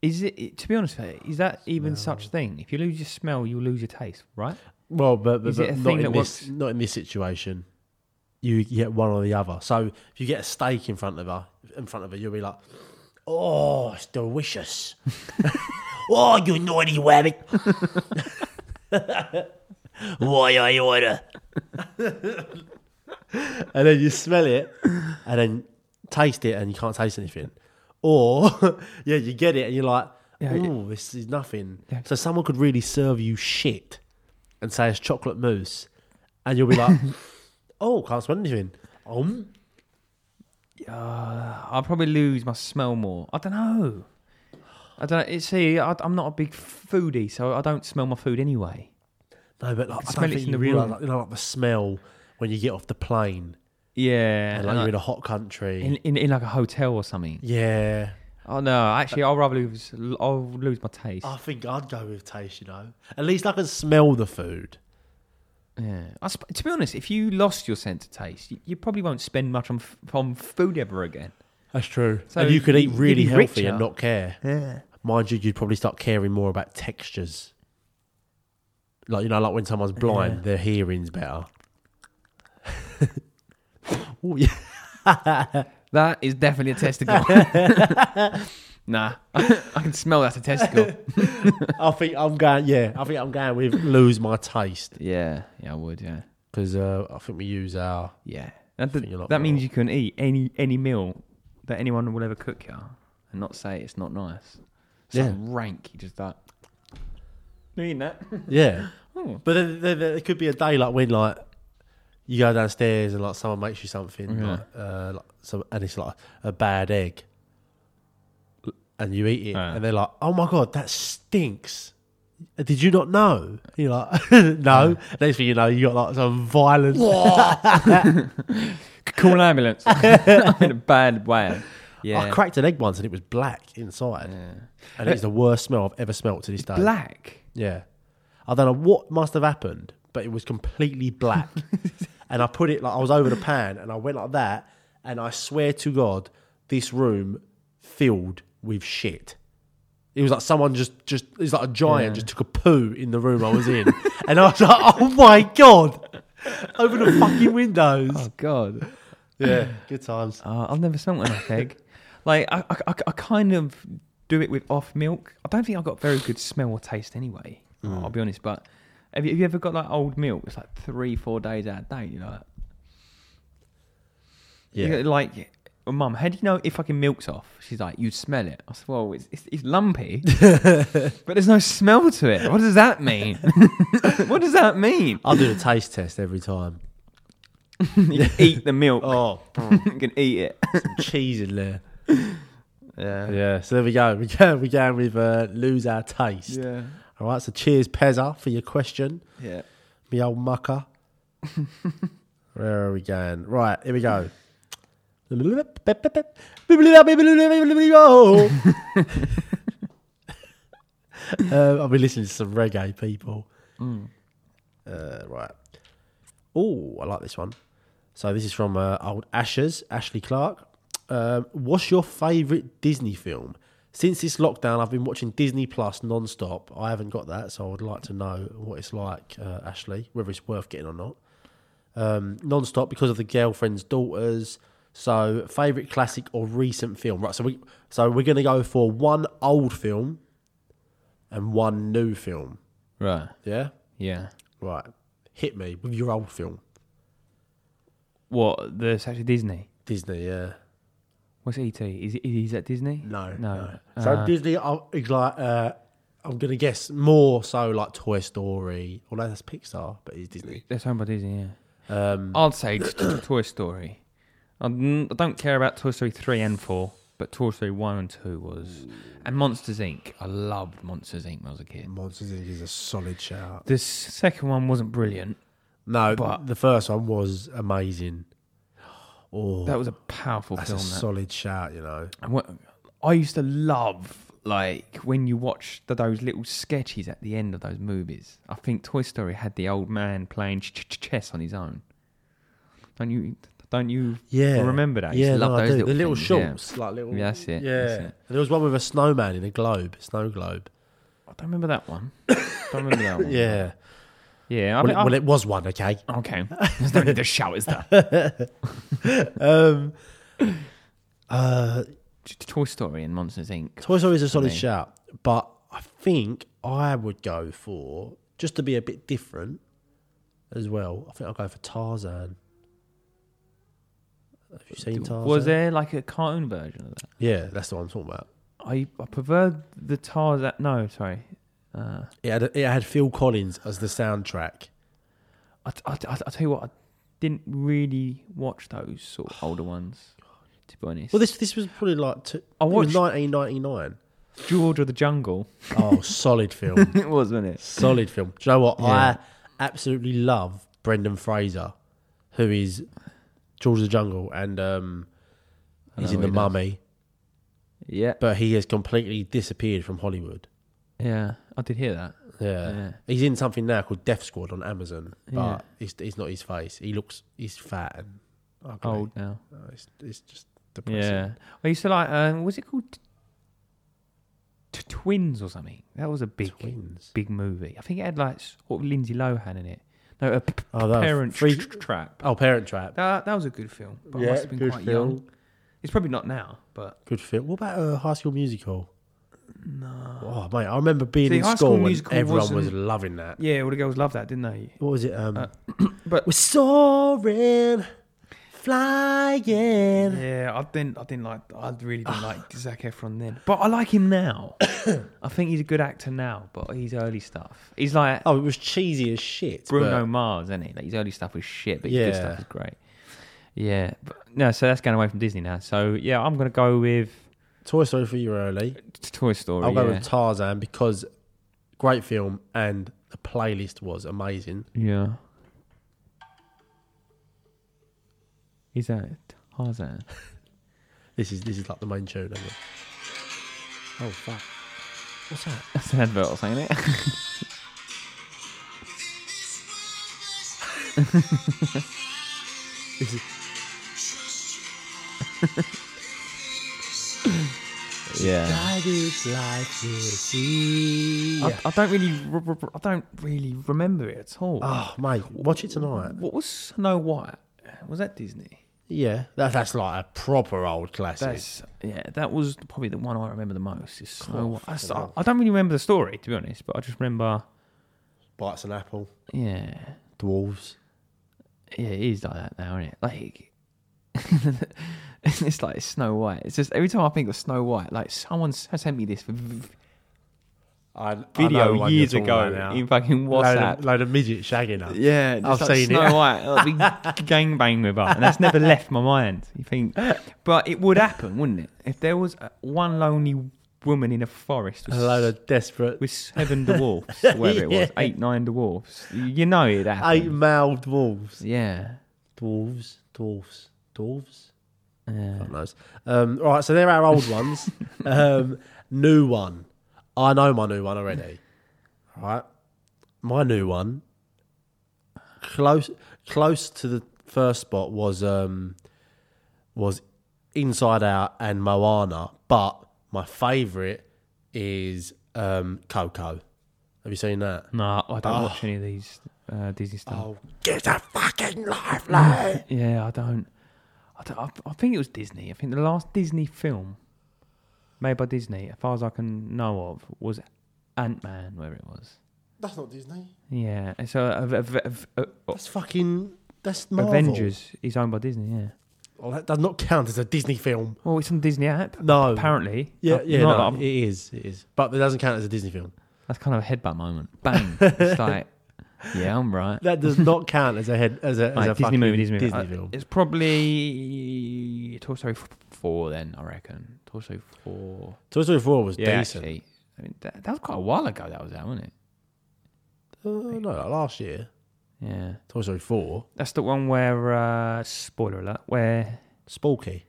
Speaker 3: Is it- it? To be honest, with you, is that even such thing? If you lose your smell, you lose your taste, right?
Speaker 2: Well, but, but,
Speaker 3: Is it
Speaker 2: but
Speaker 3: a
Speaker 2: not
Speaker 3: thing
Speaker 2: in
Speaker 3: that
Speaker 2: this
Speaker 3: works?
Speaker 2: not in this situation. You get one or the other. So if you get a steak in front of her, in front of her, you'll be like, "Oh, it's delicious." *laughs* oh, you naughty rabbit! Why I order? *laughs* and then you smell it, and then taste it, and you can't taste anything. Or *laughs* yeah, you get it, and you're like,
Speaker 3: Yeah, it-
Speaker 2: "Oh, this is nothing."
Speaker 3: Yeah.
Speaker 2: So someone could really serve you shit and say it's chocolate mousse, and you'll be *laughs* like, "Oh, can't smell anything." Um,
Speaker 3: I'll probably lose my smell more. I don't know. I don't. It, see, I, I'm not a big foodie, so I don't smell my food anyway.
Speaker 2: no, but like, I
Speaker 3: smell it
Speaker 2: don't think
Speaker 3: in
Speaker 2: you
Speaker 3: the
Speaker 2: realise,
Speaker 3: room.
Speaker 2: like, you know, like the smell when you get off the plane
Speaker 3: Yeah,
Speaker 2: and like you're in a hot country.
Speaker 3: in, in in like a hotel or something.
Speaker 2: yeah,
Speaker 3: Oh no, actually, I'll rather lose. I'll lose my taste.
Speaker 2: I think I'd go with taste. You know, at least I can smell the food.
Speaker 3: yeah, I sp- to be honest, if you lost your sense of taste, you, you probably won't spend much on f- on food ever again.
Speaker 2: That's true.
Speaker 3: So
Speaker 2: and you could eat
Speaker 3: you'd
Speaker 2: really
Speaker 3: be
Speaker 2: healthy
Speaker 3: richer.
Speaker 2: and not care.
Speaker 3: Yeah.
Speaker 2: Mind you, you'd probably start caring more about textures. Like you know, like when someone's blind, their hearing's better. Ooh, yeah.
Speaker 3: That is definitely a *laughs* testicle. nah, I can smell that's a testicle.
Speaker 2: I think I'm going. Yeah, I think I'm going with lose my taste
Speaker 3: *laughs* yeah, yeah, I would. Yeah,
Speaker 2: because uh, I think we use our.
Speaker 3: yeah. That,
Speaker 2: think you're not
Speaker 3: that means
Speaker 2: wrong.
Speaker 3: you can eat any any meal that anyone will ever cook you, and not say it's not nice. It's yeah.
Speaker 2: Yeah.
Speaker 3: rank. You just that. You eating *laughs* that?
Speaker 2: Yeah,
Speaker 3: Oh.
Speaker 2: but there, there, there could be a day like when like you go downstairs and like someone makes you something,
Speaker 3: Yeah.
Speaker 2: like, uh, like some, and it's like a bad egg, and you eat it,
Speaker 3: Yeah.
Speaker 2: and they're like, "Oh my god, that stinks." Uh, Did you not know? You're like, *laughs* no. Next thing you know, you got like some violent.
Speaker 3: Call an ambulance. I'm in a bad way. Oh, Yeah.
Speaker 2: I cracked an egg once and it was black inside, and it's the worst smell I've ever smelt to this day.
Speaker 3: Black.
Speaker 2: Yeah. I don't know what must have happened, but it was completely *laughs* black. and I put it like I was over the pan and I went like that. And I swear to God, this room filled with shit. It was like someone just, just it was like a giant just took a poo in the room I was in. *laughs* and I was like, oh my God, over the fucking windows.
Speaker 3: Oh God.
Speaker 2: *laughs* Yeah, good times.
Speaker 3: Uh, I've never smelt an off egg. Like I, I, I- I kind of do it with off milk. I don't think I got very good smell or taste anyway. I'll be honest, but have you, have you ever got like old milk? It's like three, four days out of date. You know,
Speaker 2: Yeah.
Speaker 3: You know, like. Well, Mum, how do you know if fucking milk's off? She's like, you smell it. I said, well, it's, it's, it's *laughs* lumpy, but there's no smell to it. What does that mean? *laughs* what does that *laughs* mean?
Speaker 2: I'll do the taste test every time.
Speaker 3: You can eat the milk.
Speaker 2: Oh,
Speaker 3: *laughs* you can eat it.
Speaker 2: some cheese in there.
Speaker 3: Yeah.
Speaker 2: Yeah, so there we go. *laughs* We go, we go with uh, lose our taste.
Speaker 3: Yeah.
Speaker 2: All right, so cheers, Pezza, for your question,
Speaker 3: Yeah.
Speaker 2: me old mucker. Where are we going? Right, here we go. um, I've been Um, listening to some reggae people. Uh, right. Oh, I like this one. So this is from uh, old Ashes, Ashley Clark. Um, what's your favourite Disney film? Since this lockdown, I've been watching Disney Plus non-stop. I haven't got that, so I would like to know what it's like, uh, Ashley, whether it's worth getting or not. Um, non-stop because of the girlfriend's daughters. So, favourite classic or recent film? Right, so we so we're gonna go for one old film and one new film.
Speaker 3: Right.
Speaker 2: Yeah,
Speaker 3: Yeah.
Speaker 2: right. Hit me with your old film,
Speaker 3: What? The it's actually Disney.
Speaker 2: Disney. Yeah.
Speaker 3: What's ET? Is it, is that Disney?
Speaker 2: No,
Speaker 3: No. Uh,
Speaker 2: So Disney, I'll- is like, uh, I'm gonna guess more so like Toy Story. Although that's Pixar, but it's Disney.
Speaker 3: That's owned by Disney. Yeah.
Speaker 2: Um,
Speaker 3: I'd say t- t- Toy Story. I n- I don't care about Toy Story three and four, but Toy Story one and two was, and Monsters Inc. I loved Monsters Inc. when I was a kid.
Speaker 2: Monsters Inc is a solid shout.
Speaker 3: The s- second one wasn't brilliant.
Speaker 2: No,
Speaker 3: But-
Speaker 2: the first one was amazing. Oh,
Speaker 3: That was a powerful
Speaker 2: that's a
Speaker 3: film. that.
Speaker 2: solid shout. You know,
Speaker 3: And what- I used to love like when you watch the, those little sketches at the end of those movies. I think Toy Story had the old man playing ch- ch- chess on his own. Don't you? Don't you?
Speaker 2: yeah.
Speaker 3: remember that. I used
Speaker 2: Yeah,
Speaker 3: to love
Speaker 2: no, I
Speaker 3: those
Speaker 2: do.
Speaker 3: little
Speaker 2: the little
Speaker 3: things, yeah.
Speaker 2: shorts, like little.
Speaker 3: Yeah, that's it,
Speaker 2: Yeah,
Speaker 3: that's it.
Speaker 2: there was one with a snowman in a globe, snow globe.
Speaker 3: I don't remember that one. *coughs* don't remember that one.
Speaker 2: Yeah,
Speaker 3: Yeah.
Speaker 2: well,
Speaker 3: I mean,
Speaker 2: it,
Speaker 3: I-
Speaker 2: well, it was one. Okay, *laughs*
Speaker 3: okay. There's no need to shout, is there?
Speaker 2: um, uh,
Speaker 3: T- Toy Story and Monsters Inc.
Speaker 2: Toy Story is a solid
Speaker 3: me.
Speaker 2: shout, but I think I would go for just to be a bit different as well. I think I'll go for Tarzan. Have you seen Tarzan?
Speaker 3: Was there like a cartoon version of that?
Speaker 2: Yeah, that's the one I'm talking about.
Speaker 3: I, I prefer the Tarzan. No, sorry. Uh,
Speaker 2: It had it had Phil Collins as the soundtrack.
Speaker 3: I, t- I, t- I, t- I tell you what, I didn't really watch those sort of older ones. To be honest,
Speaker 2: Well, this this was probably like t-
Speaker 3: I
Speaker 2: I watched
Speaker 3: watched-
Speaker 2: 1999.
Speaker 3: George of the
Speaker 2: *laughs*
Speaker 3: Jungle,
Speaker 2: Oh, solid film,
Speaker 3: it was, wasn't it?
Speaker 2: solid film. Do you know what?
Speaker 3: Yeah.
Speaker 2: I absolutely love Brendan Fraser, who is George of the Jungle, and um,
Speaker 3: I
Speaker 2: he's
Speaker 3: know
Speaker 2: in the
Speaker 3: what he does.
Speaker 2: Mummy.
Speaker 3: Yeah,
Speaker 2: but he has completely disappeared from Hollywood.
Speaker 3: yeah, I did hear that.
Speaker 2: Yeah.
Speaker 3: Yeah.
Speaker 2: he's in something now called Death Squad on Amazon, but
Speaker 3: Yeah.
Speaker 2: it's, it's not his face. He looks he's fat and ugly.
Speaker 3: Old now.
Speaker 2: Uh, It's, it's just depressing.
Speaker 3: Yeah, I used to like. Um, was it called t- T- Twins or something? That was a big,
Speaker 2: Twins.
Speaker 3: big movie. I think it had like sort of Lindsay Lohan in it. No, a p- p-
Speaker 2: Oh, that was
Speaker 3: parent
Speaker 2: free-
Speaker 3: tr- tr- trap.
Speaker 2: Oh, Parent Trap.
Speaker 3: That, that was a good film, but I
Speaker 2: Yeah,
Speaker 3: must have been
Speaker 2: good
Speaker 3: quite
Speaker 2: film.
Speaker 3: young. It's probably not now, but
Speaker 2: Good film. What about uh, High School Musical? No. Oh mate, I remember being
Speaker 3: See,
Speaker 2: in
Speaker 3: High
Speaker 2: school
Speaker 3: School
Speaker 2: and
Speaker 3: Musical
Speaker 2: everyone
Speaker 3: wasn't-
Speaker 2: was loving that.
Speaker 3: yeah, all the girls loved that, didn't
Speaker 2: *laughs*
Speaker 3: they?
Speaker 2: What was it? Um,
Speaker 3: *clears throat* But
Speaker 2: we're soaring, flying.
Speaker 3: Yeah, I didn't. I didn't like. I really didn't like *laughs* Zac Efron then, but I like him
Speaker 2: *coughs*
Speaker 3: now. I think he's a good actor now, but his early stuff. He's like
Speaker 2: Oh, it was cheesy as shit.
Speaker 3: Bruno
Speaker 2: but-
Speaker 3: Mars, isn't he? Like his early stuff was shit, but his good
Speaker 2: Yeah.
Speaker 3: stuff is great. Yeah, but, no. So that's going away from Disney now. So yeah, I'm gonna go with
Speaker 2: Toy Story for you early.
Speaker 3: t- Toy Story.
Speaker 2: I'll
Speaker 3: yeah.
Speaker 2: go with Tarzan because great film and the playlist was amazing.
Speaker 3: yeah. Oh, Is that Tarzan?
Speaker 2: This is this is like the main tune. Isn't it? Oh fuck! What's that?
Speaker 3: That's an advert or something, isn't it? *laughs*
Speaker 2: This is,
Speaker 3: yeah.
Speaker 2: I did like this. Yeah.
Speaker 3: I, I don't really, re- re- re- I don't really remember it at all.
Speaker 2: Oh mate, watch it tonight.
Speaker 3: What was Snow White? Was that Disney?
Speaker 2: Yeah, that, that's like a proper old classic.
Speaker 3: That's yeah. That was probably the one I remember the most. Is Snow White. I, I, I don't really remember the story to be honest, but I just remember.
Speaker 2: Bites an apple,
Speaker 3: Yeah,
Speaker 2: dwarves.
Speaker 3: yeah. It is like that now, isn't it? Like. *laughs* it's like Snow White. It's just every time I think of Snow White, like someone s- sent me this v-
Speaker 2: I,
Speaker 3: video years ago in fucking
Speaker 2: Load
Speaker 3: WhatsApp.
Speaker 2: of, load of midget shagging us.
Speaker 3: Yeah,
Speaker 2: I've
Speaker 3: just like
Speaker 2: seen
Speaker 3: Snow
Speaker 2: it.
Speaker 3: White, like
Speaker 2: *laughs*
Speaker 3: big gangbang with her, and that's never left my mind. You think, but it would happen, wouldn't it? If there was a, one lonely woman in a forest with,
Speaker 2: A load of desperate
Speaker 3: with seven
Speaker 2: *laughs*
Speaker 3: dwarfs, or whatever it was,
Speaker 2: Yeah.
Speaker 3: eight, nine dwarfs, you, you know
Speaker 2: eight
Speaker 3: it happened.
Speaker 2: male dwarves.
Speaker 3: Yeah,
Speaker 2: Dwarves, dwarves, dwarves.
Speaker 3: yeah.
Speaker 2: God knows. Um, all right, so they're our old *laughs* ones. Um, new one. I know my new one already. All right, my new one. Close, close to the first spot was um, was Inside Out and Moana, but my favourite is um, Coco. Have you seen that?
Speaker 3: No, I don't
Speaker 2: Ah.
Speaker 3: watch any of these uh, Disney stuff.
Speaker 2: Oh, get a fucking lifeline!
Speaker 3: Yeah, I don't. I, don't I, I think it was Disney. I think the last Disney film made by Disney, as far as I can know of, was Ant Man, where it was.
Speaker 2: That's not Disney.
Speaker 3: Yeah, so uh, av- av- av- uh,
Speaker 2: That's fucking. That's Marvel.
Speaker 3: Avengers is owned by Disney. Yeah.
Speaker 2: Well, that does not count as a Disney film.
Speaker 3: Well, it's on the Disney app.
Speaker 2: No.
Speaker 3: Apparently.
Speaker 2: Yeah,
Speaker 3: Uh,
Speaker 2: yeah,
Speaker 3: not
Speaker 2: no,
Speaker 3: that I'm-
Speaker 2: it is, it is. But it doesn't count as a Disney film.
Speaker 3: that's kind of a headbutt moment.
Speaker 2: *laughs*
Speaker 3: Bang! it's like, yeah, I'm right.
Speaker 2: That does not *laughs* count as a head as a, as
Speaker 3: Like,
Speaker 2: a
Speaker 3: Disney
Speaker 2: fucking
Speaker 3: movie, Disney movie.
Speaker 2: Disney
Speaker 3: Uh,
Speaker 2: film.
Speaker 3: It's probably Toy Story f- four. Then I reckon Toy Story four.
Speaker 2: Toy Story Four was
Speaker 3: Yeah,
Speaker 2: decent.
Speaker 3: actually. I mean, that, that was quite a while ago. That was that, wasn't it?
Speaker 2: Uh, no, like last year
Speaker 3: Yeah.
Speaker 2: Toy Story Four,
Speaker 3: That's the one where uh, spoiler alert. Where
Speaker 2: Spooky.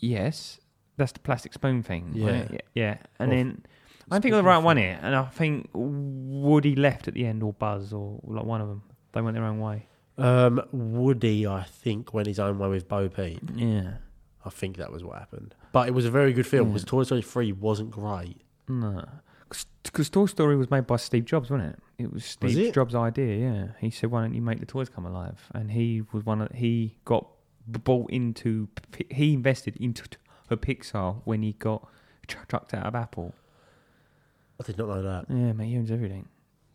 Speaker 3: yes, that's the plastic spoon thing.
Speaker 2: Yeah.
Speaker 3: right? yeah, Oh, yeah. And
Speaker 2: Or
Speaker 3: then I think of the right one here, and I think Woody left at the end, or Buzz, or like one of them. They went their own way.
Speaker 2: Um, Woody, I think, went his own way with Bo Peep.
Speaker 3: Yeah.
Speaker 2: I think that was what happened. But it was a very good film because Toy Story Three wasn't great.
Speaker 3: No. Because Toy Story was made by Steve Jobs, wasn't it? It was Steve
Speaker 2: it?
Speaker 3: Jobs' idea. Yeah, he said, "Why don't you make the toys come alive?" And he was one. Of, he got b- bought into. P- He invested into t- a Pixar when he got tr- chucked out of Apple.
Speaker 2: I did not know that.
Speaker 3: Yeah, mate, he owns everything.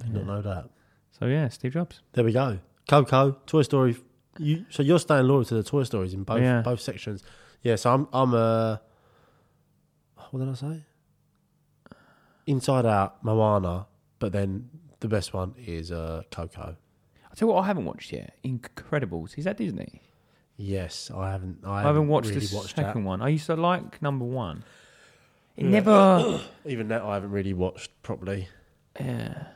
Speaker 2: Did not know that.
Speaker 3: So yeah, Steve Jobs.
Speaker 2: There we go. Coco, Toy Story. You so you're staying loyal to the Toy Stories in both
Speaker 3: Yeah.
Speaker 2: both sections. Yeah. So I'm I'm uh what did I say? Inside Out, Moana, but then the best one is uh Coco.
Speaker 3: I tell you what, I haven't watched yet. Incredibles. Is that Disney?
Speaker 2: Yes, I haven't. I,
Speaker 3: I haven't watched
Speaker 2: really
Speaker 3: the
Speaker 2: watched that.
Speaker 3: second one. I used to like number one.
Speaker 2: *coughs*
Speaker 3: It never.
Speaker 2: Even that I haven't really watched properly.
Speaker 3: yeah.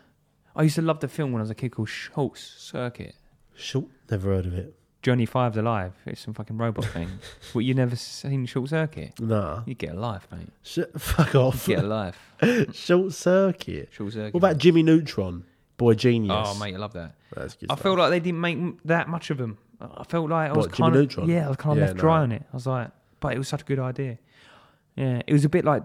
Speaker 3: I used to love the film when I was a kid called Schultz Circuit.
Speaker 2: Short, never heard of it.
Speaker 3: Johnny Five's alive. It's some
Speaker 2: *laughs*
Speaker 3: fucking robot thing. what you never seen Short Circuit?
Speaker 2: Nah,
Speaker 3: You get a life, mate.
Speaker 2: Sh- *laughs* fuck off.
Speaker 3: Get a life.
Speaker 2: *laughs* Short Circuit.
Speaker 3: Short Circuit.
Speaker 2: What about Jimmy Neutron? Boy Genius.
Speaker 3: Oh, mate, I love that.
Speaker 2: That's good
Speaker 3: I
Speaker 2: stuff.
Speaker 3: feel like they didn't make m- that much of them. I felt like I was
Speaker 2: What, Jimmy
Speaker 3: kind of
Speaker 2: Neutron?
Speaker 3: yeah, I was kind of
Speaker 2: Yeah,
Speaker 3: left
Speaker 2: no.
Speaker 3: dry on it. I was like, but it was such a good idea. Yeah, it was a bit like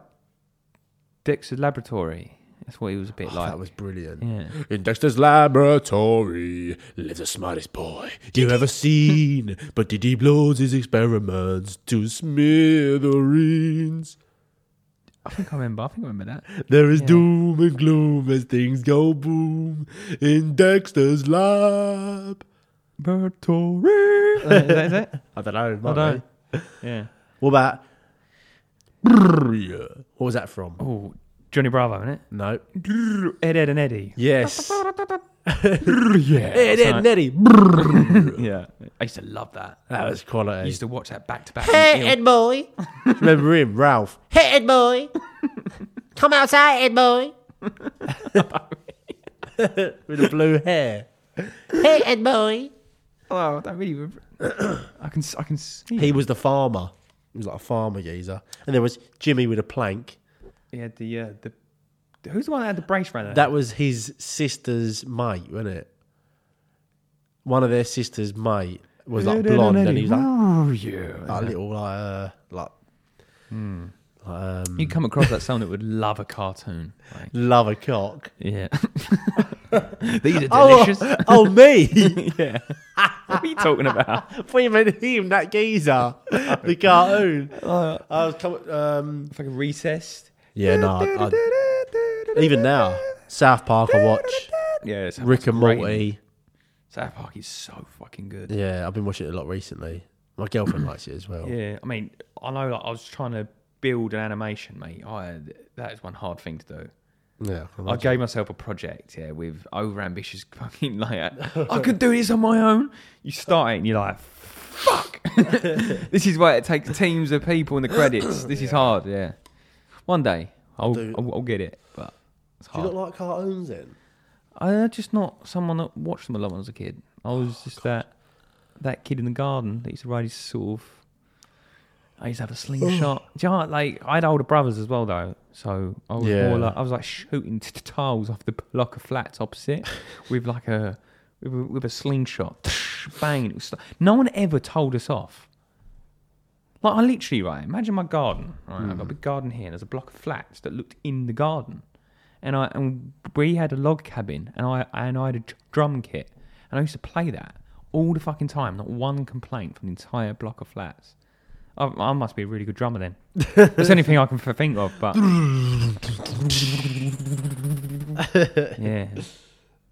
Speaker 3: Dexter's Laboratory. That's what it was a bit
Speaker 2: Oh,
Speaker 3: like.
Speaker 2: that was brilliant.
Speaker 3: yeah.
Speaker 2: In Dexter's laboratory lives the smartest boy you ever seen, but he blows his experiments to smithereens.
Speaker 3: I think I remember. I think I remember that.
Speaker 2: There is doom and gloom as things go boom in Dexter's lab.
Speaker 3: Laboratory. is that, is that it?
Speaker 2: I don't know.
Speaker 3: I don't. Yeah.
Speaker 2: What about? What was that from?
Speaker 3: Oh, Johnny Bravo, isn't
Speaker 2: No.
Speaker 3: it? Ed, Ed, and Eddie.
Speaker 2: Yes.
Speaker 3: yeah.
Speaker 2: Ed, Ed, Nettie.
Speaker 3: Yeah. I used to love that.
Speaker 2: That was
Speaker 3: I
Speaker 2: quality.
Speaker 3: used to watch that back to back.
Speaker 4: Hey, Ed Boy.
Speaker 2: Remember him, Ralph.
Speaker 4: Hey, Ed Boy. Come outside, Ed Boy.
Speaker 2: with the blue hair.
Speaker 4: Hey, Ed Boy.
Speaker 3: Oh, I don't really. Remember. *coughs* I can. s- I can see.
Speaker 2: He was the farmer. He was like a farmer geezer. And there was Jimmy with a plank.
Speaker 3: He had the uh, the. Who's the one that had the brace around? their
Speaker 2: That was his sister's mate, wasn't it? One of their sisters' mate was like blonde, and he was
Speaker 3: *laughs*
Speaker 2: like,
Speaker 3: Oh, yeah.
Speaker 2: like little like uh, like um,
Speaker 3: You come across that someone that would love a cartoon.
Speaker 2: *laughs*
Speaker 3: Like,
Speaker 2: love a cock.
Speaker 3: yeah. *laughs*
Speaker 4: *laughs*
Speaker 3: These are
Speaker 2: Oh,
Speaker 3: delicious.
Speaker 2: oh me!
Speaker 3: yeah. What are you
Speaker 2: *laughs*
Speaker 3: talking about?
Speaker 2: what you meant him? That geezer, the cartoon. I was coming. Um,
Speaker 3: Fucking recessed.
Speaker 2: yeah, no. I, I, even now, South Park. I watch
Speaker 3: Yeah, South
Speaker 2: Rick and
Speaker 3: Park's great.
Speaker 2: Morty.
Speaker 3: South Park is so fucking good.
Speaker 2: Yeah, I've been watching it a lot recently. My girlfriend likes it as well.
Speaker 3: Yeah, I mean, I know like, I was trying to build an animation, mate. I, that is one hard thing to do.
Speaker 2: Yeah, I
Speaker 3: I
Speaker 2: like it.
Speaker 3: gave myself a project, yeah, with overambitious *laughs* fucking like, I could do this on my own. You start it and you're like, fuck. *laughs* this is why it takes teams of people in the credits. This is hard, yeah. One day I'll,
Speaker 2: Dude.
Speaker 3: I'll, I'll get it, but it's
Speaker 2: Do you
Speaker 3: hard.
Speaker 2: not like cartoons then?
Speaker 3: I'm just not someone that watched them a lot when I was a kid. I was just that that kid in the garden that used to ride his sort of. I used to have a slingshot. Do you know, what, like I had older brothers as well though, so I was
Speaker 2: Yeah.
Speaker 3: more like I was like shooting t- t- tiles off the block of flats opposite with like a with a, with a slingshot. Bang! It was st- no one ever told us off. Like I literally right. Imagine my garden. Right, I've got
Speaker 2: Mm.
Speaker 3: a big garden here, and there's a block of flats that looked in the garden, and I and we had a log cabin, and I and I had a dr- drum kit, and I used to play that all the fucking time. Not one complaint from the entire block of flats. I, I must be a really good
Speaker 2: *laughs*
Speaker 3: drummer then. That's the only thing I can f- think of. But yeah,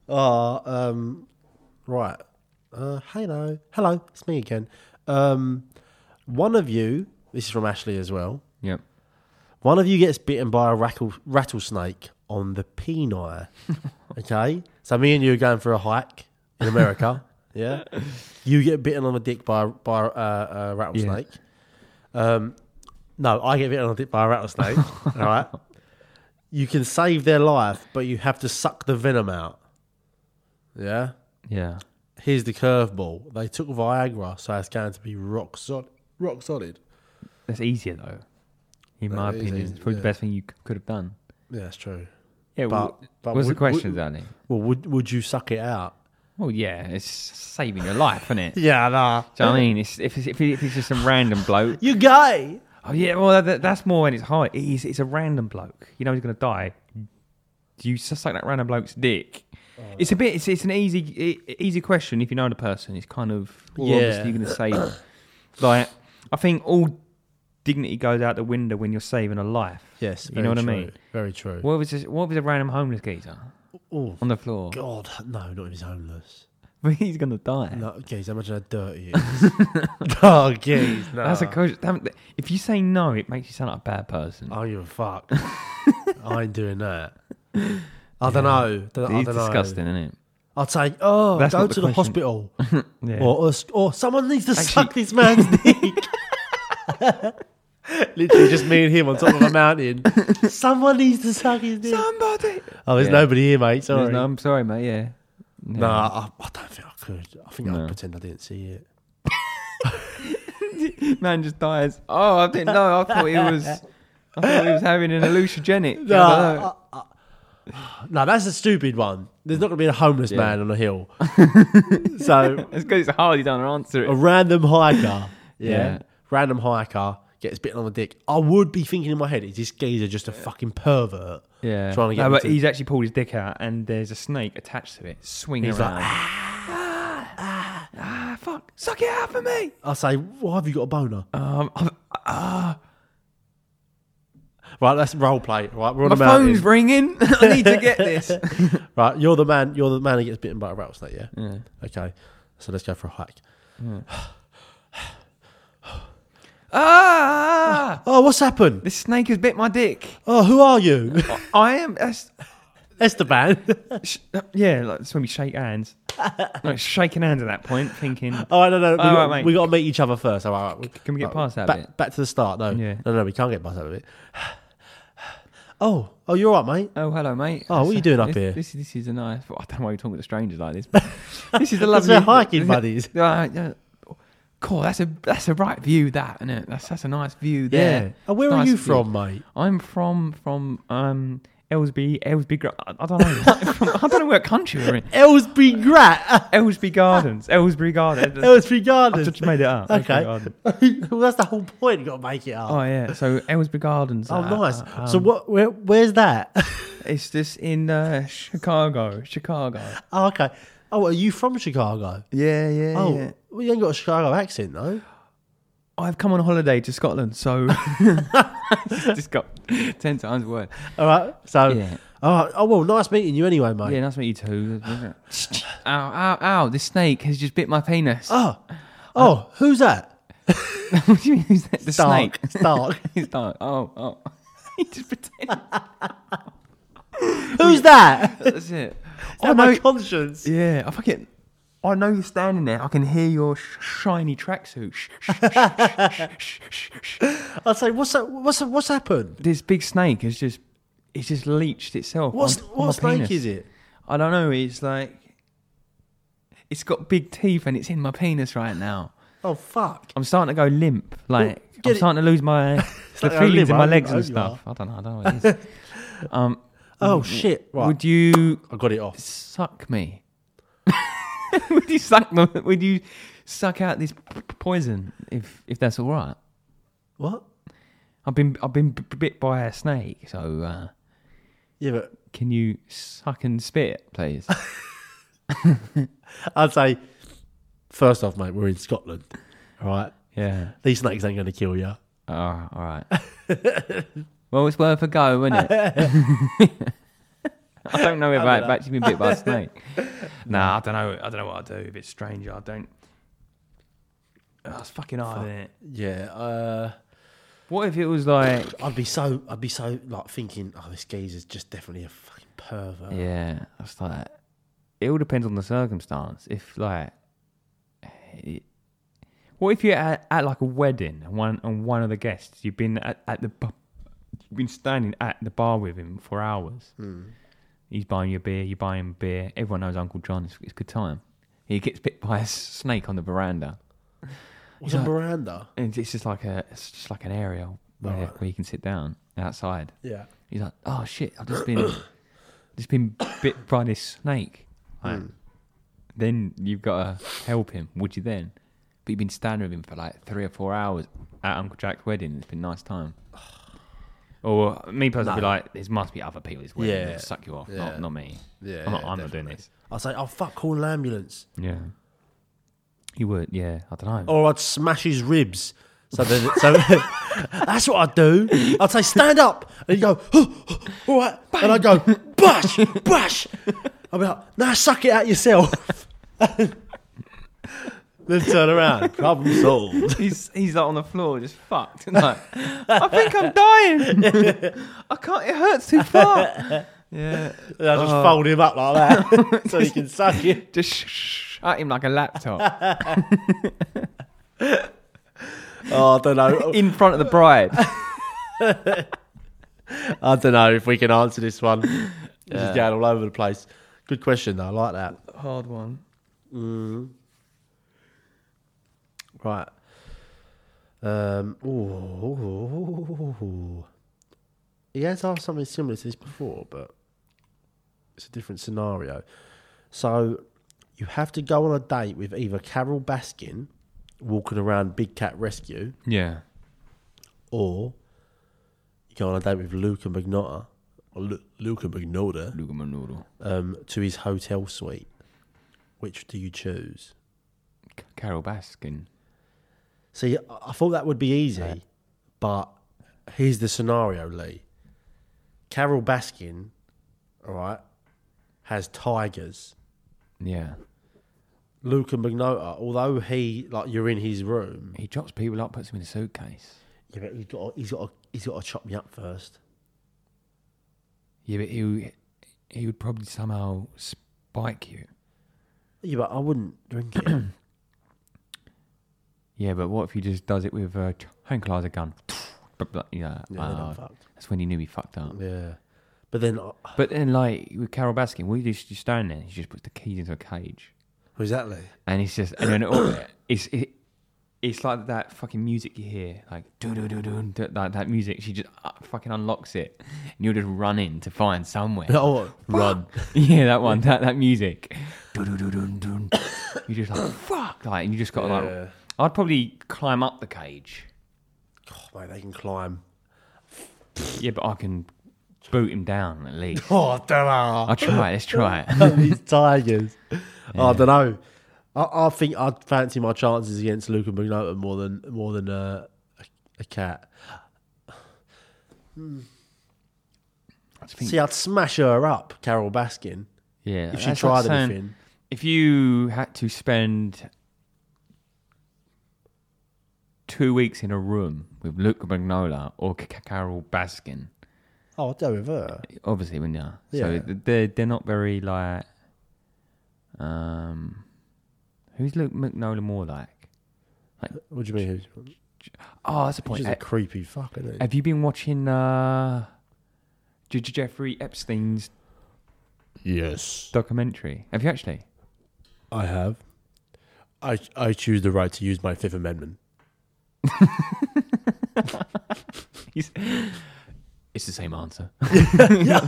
Speaker 2: Oh, um, right. Uh, hello, hello, it's me again. Um, one of you, this is from Ashley as well.
Speaker 3: yep.
Speaker 2: One of you gets bitten by a rackle, rattlesnake on the penile. okay, so me and you are going for a hike in America. yeah, you get bitten on the dick by a- by a, uh, a rattlesnake. Um, no, I get bitten on the dick by a rattlesnake. all right, you can save their life, but you have to suck the venom out. Yeah,
Speaker 3: Yeah.
Speaker 2: here's the curveball. They took Viagra, so it's going to be rock solid. Rock solid.
Speaker 3: That's easier though. In my
Speaker 2: is
Speaker 3: opinion,
Speaker 2: easy,
Speaker 3: it's probably
Speaker 2: yeah.
Speaker 3: the best thing you c- could have done.
Speaker 2: Yeah, that's true.
Speaker 3: Yeah,
Speaker 2: But, but
Speaker 3: what's
Speaker 2: would-
Speaker 3: the question,
Speaker 2: would-
Speaker 3: Danny?
Speaker 2: Well, would would you suck it out?
Speaker 3: Well, Oh, yeah, it's saving your life, isn't it? Do you
Speaker 2: *laughs* Yeah, nah.
Speaker 3: know what I mean? It's, if, it's, if, it- if it's just some random
Speaker 2: *laughs*
Speaker 3: bloke.
Speaker 2: You gay?
Speaker 3: Oh, yeah, well, that, that's more when it's high. It is, it's a random bloke. You know he's going to die. Do you suck that random bloke's dick?
Speaker 2: Oh.
Speaker 3: It's a bit, it's, it's an easy e- easy question if you know the person. It's kind of, well,
Speaker 2: Yeah.
Speaker 3: obviously you're going to save. like, I think all dignity goes out the window when you're saving a life.
Speaker 2: Yes,
Speaker 3: You know what I
Speaker 2: very true,
Speaker 3: mean?
Speaker 2: Very true.
Speaker 3: What was this, what was a random homeless geezer
Speaker 2: Oh
Speaker 3: on the floor?
Speaker 2: God, no, not if he's homeless.
Speaker 3: *laughs* he's going to die.
Speaker 2: No, geez, imagine how dirty he
Speaker 3: *laughs*
Speaker 2: is. *laughs* oh, geez, no.
Speaker 3: That's a question. Damn, If you say no, it makes you sound like a bad person.
Speaker 2: Oh, you a
Speaker 3: *laughs*
Speaker 2: fuck. I ain't doing that. I don't know. Don't- I
Speaker 3: it's
Speaker 2: don't
Speaker 3: disgusting,
Speaker 2: know.
Speaker 3: isn't it?
Speaker 2: I'll take. Oh,
Speaker 3: That's
Speaker 2: go
Speaker 3: not
Speaker 2: to
Speaker 3: the
Speaker 2: the
Speaker 3: question.
Speaker 2: hospital,
Speaker 3: Yeah.
Speaker 2: or, or s- or someone needs to suck
Speaker 3: Actually-
Speaker 2: this
Speaker 3: *laughs*
Speaker 2: man's dick. Literally, just me and him on top of a mountain. Someone needs to suck his dick.
Speaker 3: Somebody.
Speaker 2: Oh, there's
Speaker 3: Yeah.
Speaker 2: nobody here, mate. Sorry.
Speaker 3: No, I'm sorry, mate. Yeah. yeah.
Speaker 2: Nah, I, I don't think I could. I think I'd
Speaker 3: No.
Speaker 2: pretend I didn't see it.
Speaker 3: *laughs* Man just dies. Oh, I didn't know. I thought he was. I thought he was having an hallucinogenic.
Speaker 2: No,
Speaker 3: I don't know.
Speaker 2: I- *sighs* I- no, uh, that's a stupid one. There's not going to be a homeless
Speaker 3: Yeah.
Speaker 2: man on a
Speaker 3: *laughs*
Speaker 2: hill. so
Speaker 3: It's because it's hard. You don't answer
Speaker 2: a
Speaker 3: it.
Speaker 2: random hiker, yeah,
Speaker 3: Yeah.
Speaker 2: random hiker gets bitten on the dick. I would be thinking in my head, is this geezer just a fucking pervert?
Speaker 3: Yeah.
Speaker 2: trying to get.
Speaker 3: no,
Speaker 2: me
Speaker 3: but
Speaker 2: to-
Speaker 3: he's actually pulled his dick out, and there's a snake attached to it, swinging
Speaker 2: He's like,
Speaker 3: around. ah, ah, ah, fuck! Suck it out for me.
Speaker 2: I say, why have you got a boner?
Speaker 3: Um, I've- ah,
Speaker 2: Right, that's role play. Right, we're on
Speaker 3: my
Speaker 2: a mountain.
Speaker 3: phone's ringing. *laughs* I need to get *laughs* this.
Speaker 2: Right, you're the man. You're the man who gets bitten by a rattlesnake. Yeah. Okay, so let's go for a hike.
Speaker 3: ah!
Speaker 2: Oh, what's happened?
Speaker 3: This snake has bit my dick.
Speaker 2: Oh, who are
Speaker 3: *laughs*
Speaker 2: you?
Speaker 3: I am. That's,
Speaker 2: *laughs* Esteban.
Speaker 3: sh- uh, yeah, like, that's when we shake hands. like, shaking hands at that point, thinking.
Speaker 2: All right, Oh, no, no, we,
Speaker 3: All
Speaker 2: got,
Speaker 3: right, mate.
Speaker 2: we got to meet each other first. All right, all right.
Speaker 3: Can we get past that
Speaker 2: back,
Speaker 3: bit?
Speaker 2: Back to the start. No,
Speaker 3: Yeah.
Speaker 2: no, no, we can't get past that bit. *sighs* Oh, oh, you're all right, mate.
Speaker 3: Oh, hello, mate.
Speaker 2: Oh, what are you doing up
Speaker 3: this,
Speaker 2: here?
Speaker 3: This, this is a nice. I don't know why you're talking to strangers like
Speaker 2: *laughs*
Speaker 3: this. But this is a
Speaker 2: That's
Speaker 3: lovely
Speaker 2: their hiking buddies.
Speaker 3: Uh, yeah. Cool. That's a that's a right view. That and it. That's that's a nice view there.
Speaker 2: Yeah. And where are
Speaker 3: Nice
Speaker 2: you
Speaker 3: view.
Speaker 2: from, mate?
Speaker 3: I'm from from um Ellsby Ellsby. Gra- I, I don't know. I don't know what country we're in.
Speaker 2: Ellsby *laughs* Grat.
Speaker 3: Ellsby Gardens. Ellsby Gardens.
Speaker 2: Ellsby
Speaker 3: I
Speaker 2: Gardens.
Speaker 3: just made it up. Ellsbury
Speaker 2: Okay. *laughs*
Speaker 3: Gardens.
Speaker 2: well, that's the whole point. You got to make it up.
Speaker 3: Oh yeah. So Ellsby Gardens.
Speaker 2: Oh,
Speaker 3: uh,
Speaker 2: nice.
Speaker 3: uh,
Speaker 2: so
Speaker 3: um,
Speaker 2: what? Where, where's that? *laughs*
Speaker 3: It's this in uh, Chicago. Chicago.
Speaker 2: oh, okay. Oh, are you from Chicago?
Speaker 3: Yeah, yeah.
Speaker 2: Oh,
Speaker 3: yeah.
Speaker 2: well, you ain't got a Chicago accent though.
Speaker 3: I've come on holiday to Scotland, so just got ten times worse.
Speaker 2: All right. So,
Speaker 3: Yeah.
Speaker 2: all right. Oh well, nice meeting you anyway, mate.
Speaker 3: Yeah, nice to meet you too. ow,
Speaker 2: *laughs*
Speaker 3: ow, ow! This snake has just bit my penis.
Speaker 2: Oh, oh, who's that?
Speaker 3: what do you mean? Who's that? The
Speaker 2: Stark.
Speaker 3: snake.
Speaker 2: Stark.
Speaker 3: He's dark. Oh, oh. he just pretended.
Speaker 2: who's that? *laughs*
Speaker 3: That's it.
Speaker 2: I Oh my conscience.
Speaker 3: Yeah, I fucking. I know you're standing there. I can hear your sh- shiny tracksuit. Sh- sh- sh- sh- sh- sh- sh-
Speaker 2: I say, what's that? What's that, what's happened?
Speaker 3: This big snake has just. It's just leached itself.
Speaker 2: What's
Speaker 3: on,
Speaker 2: what snake
Speaker 3: penis.
Speaker 2: is it?
Speaker 3: I don't know. It's like it's got big teeth and it's in my penis right now.
Speaker 2: Oh fuck!
Speaker 3: I'm starting to go limp. Like
Speaker 2: get
Speaker 3: I'm
Speaker 2: it-
Speaker 3: starting to lose
Speaker 2: *laughs*
Speaker 3: my the
Speaker 2: like I
Speaker 3: feelings
Speaker 2: live,
Speaker 3: in my
Speaker 2: I
Speaker 3: legs
Speaker 2: hope
Speaker 3: and
Speaker 2: you are.
Speaker 3: stuff. I don't know. I don't know what it is. um,
Speaker 2: Oh shit! *laughs* Right,
Speaker 3: Would you
Speaker 2: I got it off.
Speaker 3: suck me? *laughs* would you suck me? Would you suck out this p- poison if if that's all right?
Speaker 2: What?
Speaker 3: I've been I've been b- bit by a snake, so uh,
Speaker 2: Yeah, but
Speaker 3: can you suck and spit, please?
Speaker 2: *laughs* I'd say, first off, mate, we're in Scotland. All right,
Speaker 3: yeah.
Speaker 2: these snakes ain't going to kill you.
Speaker 3: Oh, all *laughs* right. well, it's worth a go, isn't it? *laughs* I don't know if I've actually been bit *laughs* by a snake. nah, I don't know. I don't know what I do. A bit strange. I don't. Oh, it's fucking hard, isn't it?
Speaker 2: Yeah, uh,
Speaker 3: What if it was like?
Speaker 2: I'd be so, I'd be so like thinking, oh, this geezer's just definitely a fucking pervert.
Speaker 3: Yeah, that's like. It all depends on the circumstance. If like, it- what if you're at, at like a wedding and one and one of the guests you've been at, at the bu- you've been standing at the bar with him for hours. He's buying you a beer. You buy him a beer. Everyone knows Uncle John. It's, it's a good time. He gets bit by a s- snake on the veranda,
Speaker 2: It's a veranda.
Speaker 3: and it's just like a it's just like an area where,
Speaker 2: Right.
Speaker 3: where you can sit down outside.
Speaker 2: Yeah.
Speaker 3: He's like, oh shit, I've just been *coughs* just been bit by this snake. Like, Then you've got to help him, would you then? But you've been standing with him for like three or four hours at Uncle Jack's wedding. It's been a nice *sighs* time. Or me personally, I'd be like, there must be other people at his wedding
Speaker 2: Yeah.
Speaker 3: that suck you off,
Speaker 2: Yeah.
Speaker 3: not, not me.
Speaker 2: Yeah,
Speaker 3: I'm not,
Speaker 2: yeah,
Speaker 3: I'm not doing
Speaker 2: definitely.
Speaker 3: this.
Speaker 2: I'd say, oh fuck, call an ambulance,
Speaker 3: Yeah. You would, yeah. I don't know.
Speaker 2: or I'd smash his ribs. So then, so *laughs* that's what I'd do. I'd say, stand up, and he'd go, all right, and I'd go, bash, bash. I'd be like, now suck it out yourself. *laughs* then turn around, problem solved.
Speaker 3: Oh, He's he's like on the floor, just fucked. No, *laughs* I think I'm dying. *laughs* I can't. It hurts too *laughs* far. Yeah.
Speaker 2: And I just fold him up like that, *laughs* so he can suck it.
Speaker 3: just sh- sh- at him like a *laughs* laptop
Speaker 2: Oh, I don't know.
Speaker 3: in front of the bride.
Speaker 2: I don't know if we can answer this one. This is going all over the place. Good question though. I like that.
Speaker 3: *laughs* Hard one.
Speaker 2: Right. Um. Ooh. He has asked something similar to this before, but it's a different scenario. So you have to go on a date with either Carol Baskin walking around Big Cat Rescue,
Speaker 3: Yeah.
Speaker 2: or you go on a date with Luca Magnotta or Lu- Luca Magnotta
Speaker 3: Luca Manuro.
Speaker 2: um, to his hotel suite. Which do you choose?
Speaker 3: C- Carol Baskin.
Speaker 2: See, I- I thought that would be easy, but here's the scenario, Lee. Carol Baskin, all right, has tigers.
Speaker 3: Yeah.
Speaker 2: Luca Magnota, although he like you're in his room,
Speaker 3: He chops people up, puts them in a suitcase.
Speaker 2: yeah, but he's got he's got to, he's got to chop me up first.
Speaker 3: Yeah, but he he would probably somehow spike you.
Speaker 2: Yeah, but I wouldn't *clears throat* drink it.
Speaker 3: uh, Yeah, but what if he just does it with a tranquilizer gun? *laughs* but yeah,
Speaker 2: Yeah, then I'm
Speaker 3: uh,
Speaker 2: fucked.
Speaker 3: that's when he knew he fucked up.
Speaker 2: Ah, Yeah. But then, oh,
Speaker 3: But then, like with Carol Baskin, we just you stand there. He just puts the keys into a cage,
Speaker 2: *laughs* exactly.
Speaker 3: and it's just and then it
Speaker 2: *clears throat*
Speaker 3: all, it's it, it's like that fucking music you hear, like do do do do like that music. She just uh, fucking unlocks it, and you're just running to find somewhere.
Speaker 2: Oh,
Speaker 3: *laughs* Run, yeah, that one, that that music. Dun, dun, dun, dun, dun. *coughs* You just like fuck, like, and you just got to
Speaker 2: Yeah.
Speaker 3: like. I'd probably climb up the cage.
Speaker 2: oh, mate, they can climb.
Speaker 3: Yeah, but I can boot him down
Speaker 2: *laughs*
Speaker 3: at least.
Speaker 2: Oh, there are.
Speaker 3: I'll try. it, Let's try
Speaker 2: *laughs*
Speaker 3: it. *laughs*
Speaker 2: these tigers. I don't know. I, I think I'd fancy my chances against Luca Magnotta more than more than uh, a, a cat.
Speaker 3: I think-
Speaker 2: See, I'd smash her up, Carol Baskin,
Speaker 3: yeah,
Speaker 2: if she
Speaker 3: that's
Speaker 2: tried
Speaker 3: like saying-
Speaker 2: anything.
Speaker 3: If you had to spend two weeks in a room with Luca Magnola or C- C- Carol Baskin,
Speaker 2: Oh, I'd go with her.
Speaker 3: obviously, wouldn't you?
Speaker 2: Yeah.
Speaker 3: So th- they're they're not very like. Um, who's Luke Magnola more like?
Speaker 2: What do you mean?
Speaker 3: Oh, that's a point.
Speaker 2: She's a
Speaker 3: Ha-
Speaker 2: creepy fuck, isn't it?
Speaker 3: Have you been watching uh, J- J- Jeffrey Epstein's
Speaker 2: Yes,
Speaker 3: documentary? Have you actually?
Speaker 2: I have. I I choose the right to use my Fifth Amendment.
Speaker 3: He's- it's the same *laughs* answer.
Speaker 2: *laughs* yeah,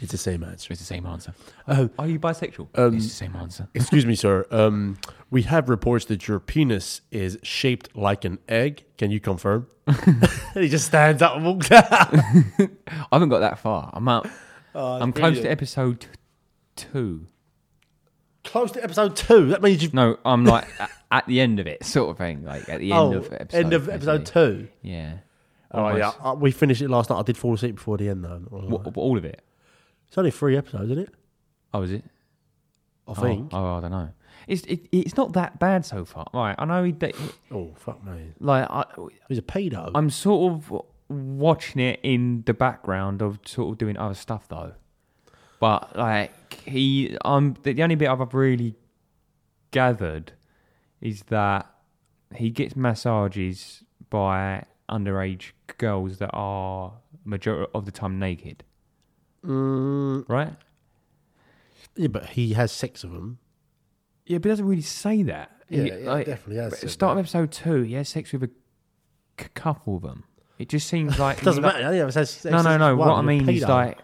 Speaker 2: it's the same answer.
Speaker 3: It's the same answer. Oh.
Speaker 2: Um,
Speaker 3: Are you bisexual? it's the same answer.
Speaker 2: Excuse me, sir. Um, we have reports that your penis is shaped like an egg. Can you confirm? and *laughs* he just stands up and walks *laughs* out.
Speaker 3: I haven't got that far. I'm out.
Speaker 2: Oh,
Speaker 3: I'm close to episode t- two.
Speaker 2: Close to episode two. That means you've
Speaker 3: No, I'm like a- at the end of it, sort of thing. Like at the end
Speaker 2: oh,
Speaker 3: of episode.
Speaker 2: end of episode
Speaker 3: basically.
Speaker 2: two.
Speaker 3: Yeah.
Speaker 2: Oh yeah,
Speaker 3: Almost.
Speaker 2: uh, we finished it last night. I did fall asleep before the end though.
Speaker 3: Wha- wha- all of it.
Speaker 2: It's only three episodes, isn't it?
Speaker 3: Oh, is it?
Speaker 2: I
Speaker 3: Oh,
Speaker 2: think.
Speaker 3: Oh, I don't know. It's it, it's not that bad so far. All right. I know. He, d-
Speaker 2: Oh fuck me,
Speaker 3: like I,
Speaker 2: he's a pedo.
Speaker 3: I'm sort of watching it in the background of sort of doing other stuff though. But like he, um, the, the only bit I've really gathered is that he gets massages by underage girls that are majority of the time naked. Right?
Speaker 2: yeah, but he has sex with them.
Speaker 3: Yeah, but he doesn't really say that.
Speaker 2: Yeah,
Speaker 3: He-
Speaker 2: yeah, definitely has
Speaker 3: but
Speaker 2: said
Speaker 3: Start of episode two, he has sex with a c- couple of them. It
Speaker 2: *laughs*
Speaker 3: just seems like he
Speaker 2: Doesn't
Speaker 3: lo-
Speaker 2: matter. Yeah, it has sex
Speaker 3: No,
Speaker 2: with
Speaker 3: no, no.
Speaker 2: one,
Speaker 3: What I
Speaker 2: you're a
Speaker 3: mean is
Speaker 2: pedo.
Speaker 3: like,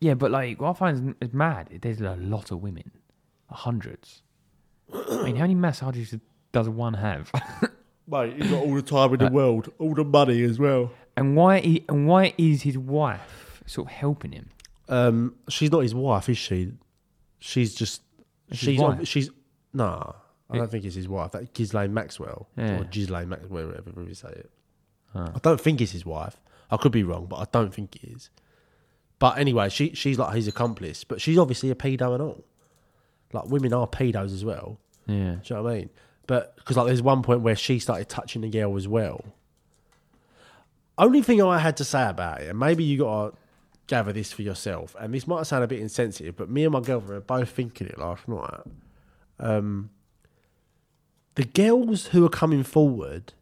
Speaker 3: yeah, but like, what I find is, is mad. is There's a lot of women, hundreds. I mean, how many massages does one have? *laughs*
Speaker 2: mate, he's got all the time
Speaker 3: Uh,
Speaker 2: in the world, all the money as well.
Speaker 3: and why? He, and why is his wife sort of helping him?
Speaker 2: Um, she's not his wife, is she? She's just
Speaker 3: It's his
Speaker 2: she's
Speaker 3: wife.
Speaker 2: ob- she's nah. I don't think it's his wife. That Ghislaine Maxwell
Speaker 3: Yeah.
Speaker 2: or Ghislaine Maxwell, whatever you say it. I don't think it's his wife. I could be wrong, but I don't think it is. But anyway, she she's like his accomplice, but she's obviously a pedo and all. Like women are pedos as well.
Speaker 3: Yeah,
Speaker 2: Do you know what I mean? But because like there's one point where she started touching the girl as well. Only thing I had to say about it, and maybe you gotta gather this for yourself, and this might sound a bit insensitive, but me and my girlfriend were both thinking it last night. Um, the girls who are coming forward,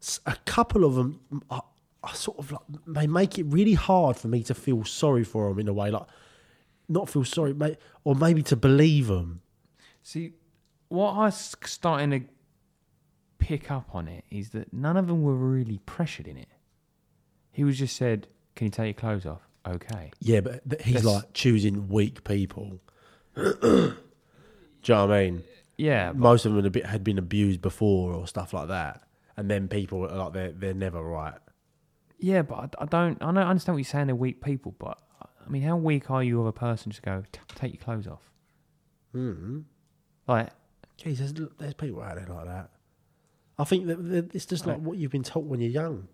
Speaker 2: s- a couple of them are, are sort of like they make it really hard for me to feel sorry for them in a way, like not feel sorry, may- or maybe to believe them.
Speaker 3: See, what I'm s- starting to pick up on it is that none of them were really pressured in it. He was just said, "Can you take your clothes off?" Okay.
Speaker 2: Yeah, but th- he's
Speaker 3: That's-
Speaker 2: like choosing weak people. Do you know what I mean?
Speaker 3: Yeah,
Speaker 2: Most of them had been- had been abused before or stuff like that, and then people are like they're they're never right.
Speaker 3: Yeah, but I, I don't. I know. I understand what you're saying. They're weak people, but I mean, how weak are you of a person to go "T- take your clothes off? Mm-hmm. Like,
Speaker 2: Jeez, Hmm. there's, there's people out there like that. I think that, that it's just like what you've been taught when you're young.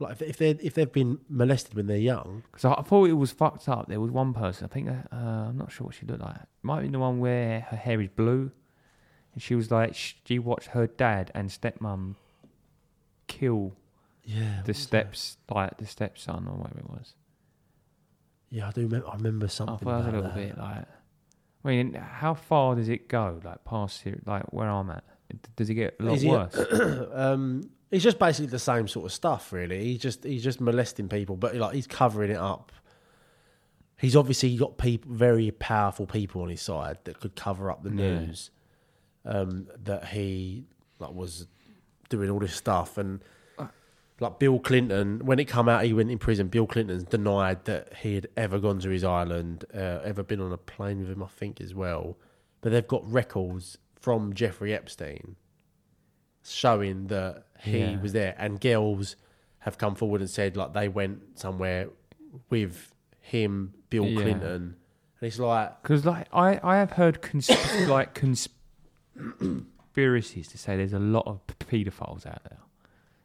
Speaker 2: Like if if they if they've been molested when they're young,
Speaker 3: because I, I thought it was fucked up. There was one person. I think uh, I'm not sure what she looked like. Might be the one where her hair is blue, and she was like, sh- she watched her dad and stepmom kill
Speaker 2: yeah,
Speaker 3: the steps, like the stepson or whatever it was.
Speaker 2: yeah, I do. Remember, I remember
Speaker 3: I
Speaker 2: something.
Speaker 3: thought that was a
Speaker 2: about
Speaker 3: little
Speaker 2: that.
Speaker 3: bit like. I mean, how far does it go? Like past here, like where I'm at? D- Does it get a lot
Speaker 2: Is it-
Speaker 3: worse?
Speaker 2: Um, it's just basically the same sort of stuff, really. He's just he's just molesting people, but like he's covering it up. He's obviously got people, very powerful people on his side that could cover up the news um, that he like was doing all this stuff and.
Speaker 3: Uh.
Speaker 2: Like Bill Clinton, when it come out, he went in prison. Bill Clinton's denied that he had ever gone to his island, uh, ever been on a plane with him, I think, as well. But they've got records from Jeffrey Epstein showing that he
Speaker 3: Yeah.
Speaker 2: was there. And girls have come forward and said like they went somewhere with him, Bill
Speaker 3: Yeah.
Speaker 2: Clinton, and it's like
Speaker 3: Because like I, I have heard consp- *coughs* like conspiracies to say there's a lot of p- paedophiles out there.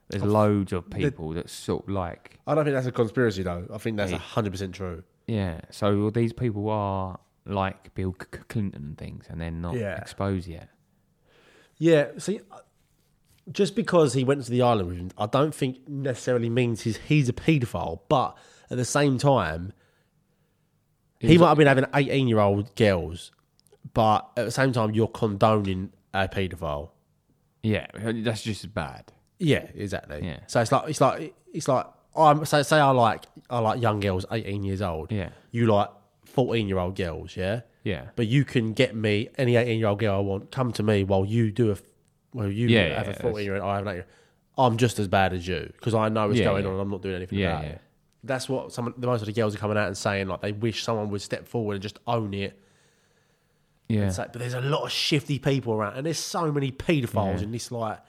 Speaker 3: There's loads of people that sort of like
Speaker 2: I don't think that's a conspiracy though. I think that's hundred percent true.
Speaker 3: yeah. So these people are like Bill C- C- Clinton and things, and they're not
Speaker 2: Yeah.
Speaker 3: exposed yet.
Speaker 2: Yeah. See, just because he went to the island with him, I don't think necessarily means he's he's a paedophile. But at the same time, he
Speaker 3: He's-
Speaker 2: might have been having eighteen year old girls, but at the same time, you're condoning a paedophile.
Speaker 3: Yeah, that's just as bad.
Speaker 2: Yeah, exactly.
Speaker 3: Yeah.
Speaker 2: So it's like it's like it's like I'm so say I like I like young girls, eighteen years old.
Speaker 3: Yeah.
Speaker 2: You like fourteen year old girls, yeah.
Speaker 3: Yeah.
Speaker 2: But you can get me any eighteen year old girl I want. Come to me while you do a well you
Speaker 3: Yeah,
Speaker 2: have
Speaker 3: yeah,
Speaker 2: a
Speaker 3: that's-
Speaker 2: fourteen year old. I have an eight year. I'm just as bad as you because I know what's
Speaker 3: Yeah,
Speaker 2: going
Speaker 3: yeah.
Speaker 2: on. I'm not doing anything
Speaker 3: Yeah,
Speaker 2: about
Speaker 3: yeah.
Speaker 2: it. That's what some the most of the girls are coming out and saying like they wish someone would step forward and just own it.
Speaker 3: Yeah,
Speaker 2: It's like, but there's a lot of shifty people around, and there's so many paedophiles
Speaker 3: Yeah.
Speaker 2: in this like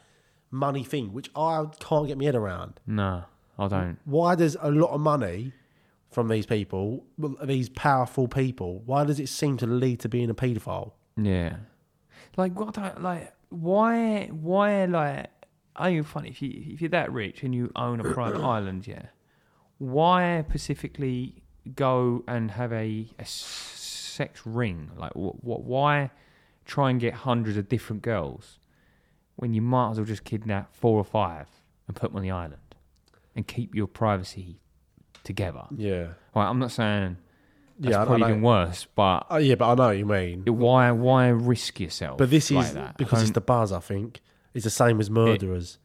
Speaker 2: money thing, which I can't get my head around.
Speaker 3: no, I don't.
Speaker 2: Why does a lot of money from these people, well, these powerful people, why does it seem to lead to being a paedophile?
Speaker 3: Yeah, like what? I, like why? Why like? I ain't funny if you if you're that rich and you own
Speaker 2: *coughs*
Speaker 3: a private island, yeah. Why specifically go and have a, a s- sex ring? Like what? What? Why try and get hundreds of different girls when you might as well just kidnap four or five and put them on the island and keep your privacy together?
Speaker 2: Yeah,
Speaker 3: Right, I'm not saying that's
Speaker 2: yeah, I- I
Speaker 3: probably
Speaker 2: know.
Speaker 3: even worse, but
Speaker 2: Oh, yeah, but I know what you mean.
Speaker 3: why why risk yourself?
Speaker 2: But this
Speaker 3: like
Speaker 2: is
Speaker 3: that? Um,
Speaker 2: because it's
Speaker 3: Don't-
Speaker 2: the buzz. I think it's the same as murderers.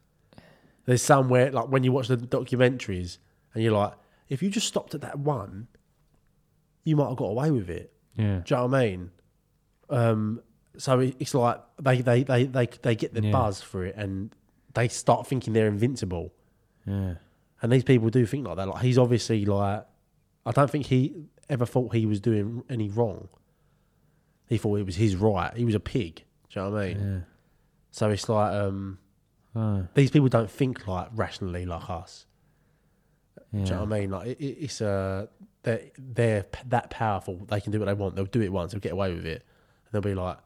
Speaker 2: There's somewhere like when you watch the documentaries, and you're like, if you just stopped at that one, you might have got away with it.
Speaker 3: yeah
Speaker 2: Do you know what I mean? Um, so it- it's like they they they they, they get the
Speaker 3: Yeah.
Speaker 2: buzz for it, and they start thinking they're invincible.
Speaker 3: yeah
Speaker 2: And these people do think like that. Like he's obviously like, I don't think he ever thought he was doing any wrong. He thought it was his right. He was a pig. Do you know what I mean?
Speaker 3: yeah.
Speaker 2: So it's like um,
Speaker 3: Oh,
Speaker 2: these people don't think like rationally like us.
Speaker 3: yeah.
Speaker 2: Do you know what I mean? Like it, it, it's uh, they're they're p- that powerful. They can do what they want. They'll do it once. They'll get away with it. And they'll be like,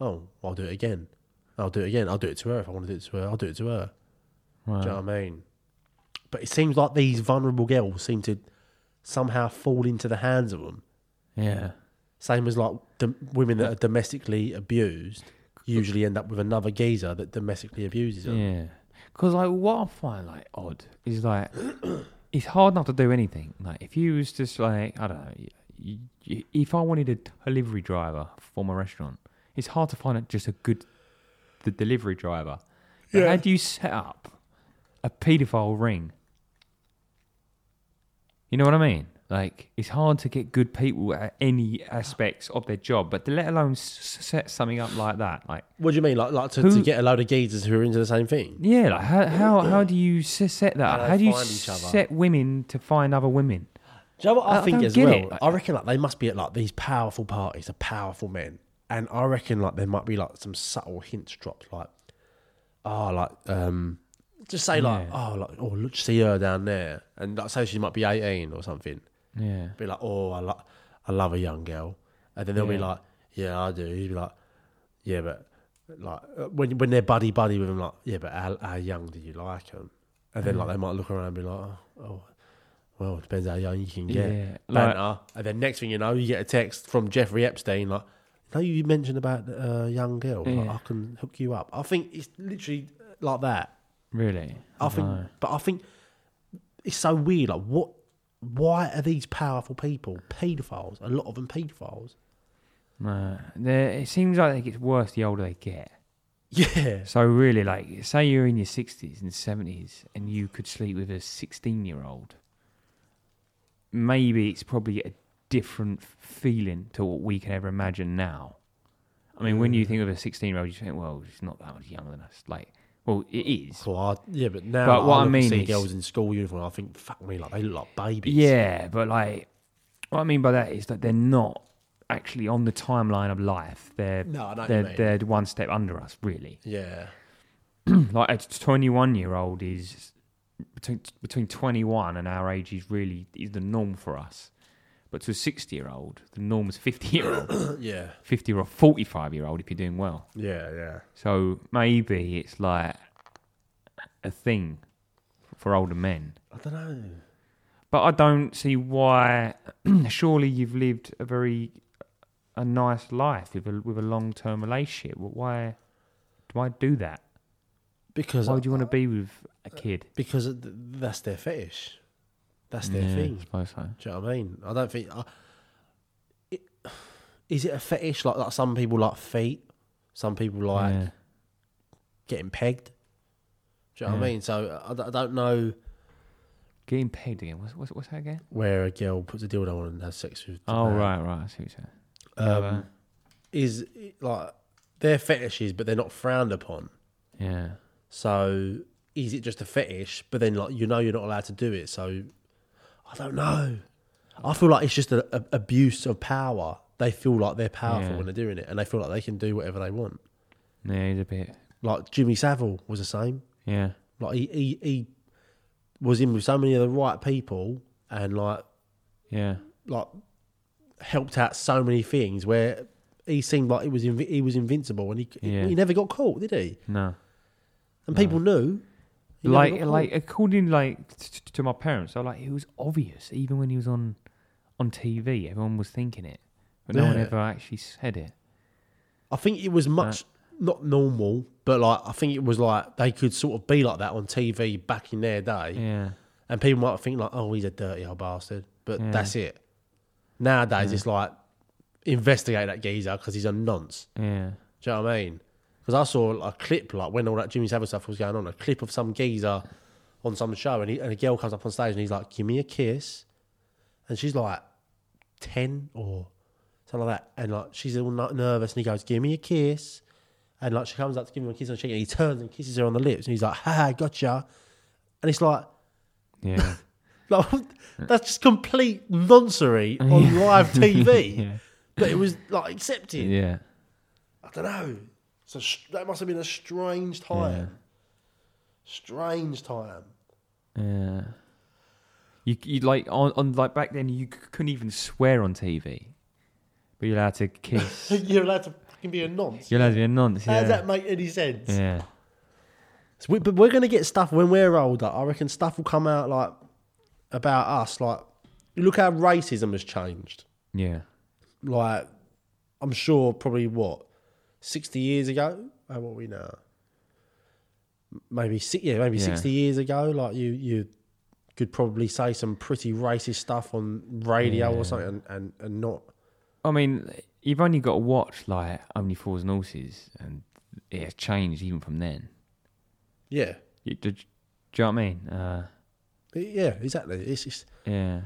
Speaker 2: "Oh, I'll do it again. I'll do it again. I'll do it to her if I want to do it to her. I'll do it to her." Do you know what I mean? But it seems like these vulnerable girls seem to somehow fall into the hands of them.
Speaker 3: yeah
Speaker 2: Same as like dom- women that are domestically abused usually end up with another geezer that domestically abuses them.
Speaker 3: yeah because like what I find like odd is like *coughs* it's hard enough to do anything like if you was just like I don't know y y if I wanted a delivery driver for my restaurant it's hard to find just a good the delivery driver But how do you set up a paedophile ring You know what I mean? Like, it's hard to get good people at any aspects of their job, but to let alone s- s- set something up like that, like,
Speaker 2: What do you mean? Like, like to, to
Speaker 3: Who-
Speaker 2: get a load of geezers who are into the same thing?
Speaker 3: yeah, like how how, how do you s- set that?
Speaker 2: How
Speaker 3: How,
Speaker 2: they
Speaker 3: do you
Speaker 2: find each other.
Speaker 3: set women to find other women?
Speaker 2: Do you know what I,
Speaker 3: I
Speaker 2: think
Speaker 3: don't
Speaker 2: as
Speaker 3: get
Speaker 2: well?
Speaker 3: it. Like-
Speaker 2: I reckon like they must be at like these powerful parties, the powerful men, and I reckon like there might be like some subtle hints dropped, like oh, like um, just say like oh, like oh, look, see her down there, and like say she might be eighteen or something.
Speaker 3: Yeah,
Speaker 2: Be like oh, I lo- I love a young girl, and then they'll be
Speaker 3: Yeah.
Speaker 2: like yeah, I do. He'd be like yeah, but like uh, when when they're buddy buddy with him, like yeah, but how, how young do you like him? And then like
Speaker 3: Mm.
Speaker 2: they might look around and be like oh. oh well, it depends how young you can get.
Speaker 3: Yeah, like-
Speaker 2: Banter. and then next thing you know, you get a text from Jeffrey Epstein like, "No, you mentioned about uh, young girl. Like,
Speaker 3: Yeah.
Speaker 2: I can hook you up." I think it's literally uh, like that.
Speaker 3: really.
Speaker 2: I think, but I think it's so weird. Like, what? Why are these powerful people paedophiles? A lot of them paedophiles. *laughs*
Speaker 3: No, They're- it seems like it gets worse the older they get.
Speaker 2: Yeah.
Speaker 3: So really, like, say you're in your sixties and seventies, and you could sleep with a sixteen-year-old. Maybe it's probably a different f- feeling to what we can ever imagine now. I mean,
Speaker 2: Mm.
Speaker 3: when you think of a sixteen-year-old, you think, well, she's not that much younger than us. Like, well, it is.
Speaker 2: Well, I, yeah, but now
Speaker 3: But
Speaker 2: I
Speaker 3: what I
Speaker 2: look and
Speaker 3: mean
Speaker 2: see
Speaker 3: is-
Speaker 2: girls in school uniform, I think, fuck me, like they look like babies.
Speaker 3: Yeah, but like, what I mean by that is that they're not actually on the timeline of life. They're
Speaker 2: No, I know what you
Speaker 3: they're,
Speaker 2: mean.
Speaker 3: they're one step under us, really. *clears throat*
Speaker 2: Yeah. *clears throat*
Speaker 3: like a 21 year old is between between 21 and our age is really is the norm for us but to a 60 year old the norm is 50 year
Speaker 2: *coughs*
Speaker 3: old
Speaker 2: Yeah.
Speaker 3: 50 or 45 year old if you're doing well
Speaker 2: Yeah. Yeah.
Speaker 3: so maybe it's like a thing for older men
Speaker 2: I don't know.
Speaker 3: but i don't see why *clears throat* surely you've lived a very a nice life with a with a long term relationship why why do that
Speaker 2: Because
Speaker 3: why would you want to be with a kid
Speaker 2: because th- that's their fetish. That's their
Speaker 3: Yeah,
Speaker 2: thing.
Speaker 3: I suppose so.
Speaker 2: Do you know what I mean? I don't think. I, it, *sighs* is it a fetish like like some people like feet? Some people like
Speaker 3: Yeah.
Speaker 2: getting pegged. Do you know what
Speaker 3: Yeah.
Speaker 2: I mean? So I, d- I don't know
Speaker 3: Getting pegged again. What's, what's, what's that again?
Speaker 2: where a girl puts a dildo on and has sex with. the
Speaker 3: Oh,
Speaker 2: man.
Speaker 3: right, right. I see what you're saying.
Speaker 2: Um,
Speaker 3: Right.
Speaker 2: Is it, like their fetishes, but they're not frowned upon.
Speaker 3: yeah.
Speaker 2: So is it just a fetish? But then like you know you're not allowed to do it. So I don't know. I feel like it's just an abuse of power. They feel like they're powerful
Speaker 3: Yeah.
Speaker 2: when they're doing it, and they feel like they can do whatever they want.
Speaker 3: Yeah, he's a bit.
Speaker 2: Like Jimmy Savile was the same.
Speaker 3: Yeah.
Speaker 2: Like he he, he was in with so many of the right people, and like
Speaker 3: Yeah.
Speaker 2: like helped out so many things where he seemed like he was invi- he was invincible, and he
Speaker 3: Yeah.
Speaker 2: he never got caught, did he?
Speaker 3: No.
Speaker 2: And people knew. He never
Speaker 3: Like,
Speaker 2: got
Speaker 3: like
Speaker 2: caught.
Speaker 3: according like t- t- to my parents, I like it was obvious even when he was on on TV, everyone was thinking it, but no one
Speaker 2: Yeah.
Speaker 3: ever actually said it.
Speaker 2: I think it was much not normal, but like I think it was like they could sort of be like that on TV back in their day,
Speaker 3: Yeah.
Speaker 2: and people might think like, "Oh, he's a dirty old bastard," but
Speaker 3: Yeah.
Speaker 2: that's it. Nowadays, it's like investigate that geezer because he's a nonce.
Speaker 3: Yeah.
Speaker 2: Do you know what I mean? Because I saw a clip like when all that Jimmy Savile stuff was going on, a clip of some geezer on some show, and, he, and a girl comes up on stage and he's like, "Give me a kiss," and she's like ten or something like that, and like she's all like, nervous, and he goes, "Give me a kiss," and like she comes up to give him a kiss on the cheek, and he turns and kisses her on the lips, and he's like, "Ha, ha, gotcha," and it's like. *laughs*
Speaker 3: Yeah.
Speaker 2: Like, that's just complete noncery on live TV,
Speaker 3: Yeah.
Speaker 2: but it was like accepted.
Speaker 3: yeah.
Speaker 2: I don't know. So that must have been a strange time. Strange time. *laughs*
Speaker 3: Yeah. You you like on, on like back then you c- couldn't even swear on TV, but you're allowed
Speaker 2: *laughs*
Speaker 3: to kiss.
Speaker 2: You're allowed to fucking be a nonce.
Speaker 3: you're allowed to be a nonce.
Speaker 2: How
Speaker 3: Yeah.
Speaker 2: does that make any sense?
Speaker 3: yeah.
Speaker 2: So we, but we're going to get stuff when we're older. I reckon stuff will come out like about us. Like, look how racism has changed.
Speaker 3: Yeah.
Speaker 2: Like, I'm sure probably what sixty years ago. How what we now? Maybe six. Yeah, maybe
Speaker 3: Yeah.
Speaker 2: sixty years ago. Like you, you could probably say some pretty racist stuff on radio or something, and, and, and not.
Speaker 3: I mean, you've only got to watch like Only Fools and Horses, and it has changed even from then.
Speaker 2: Yeah,
Speaker 3: You, do, do you know what I mean? Uh,
Speaker 2: yeah, exactly. It's just,
Speaker 3: yeah,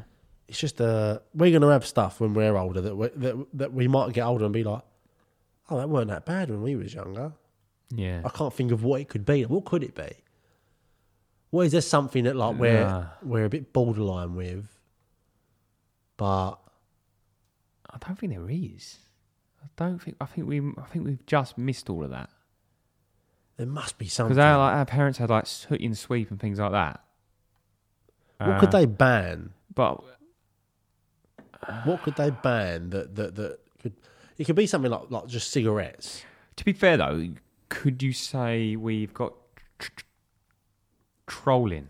Speaker 2: it's just uh, we're gonna have stuff when we're older that we that that we might get older and be like, oh, that weren't that bad when we was younger.
Speaker 3: yeah,
Speaker 2: I can't think of what it could be. What could it be? What is there something that like we're
Speaker 3: Nah.
Speaker 2: we're a bit borderline with, but
Speaker 3: I don't think there is. I don't think. I think we. I think we've just missed all of that
Speaker 2: there must be
Speaker 3: because
Speaker 2: something.
Speaker 3: our, like, our parents had like soot and sweep and things like that.
Speaker 2: what could
Speaker 3: Uh,
Speaker 2: they ban?
Speaker 3: But
Speaker 2: What could they ban that that that could? It could be something like like just cigarettes.
Speaker 3: to be fair though, could you say we've got tr- tr- trolling?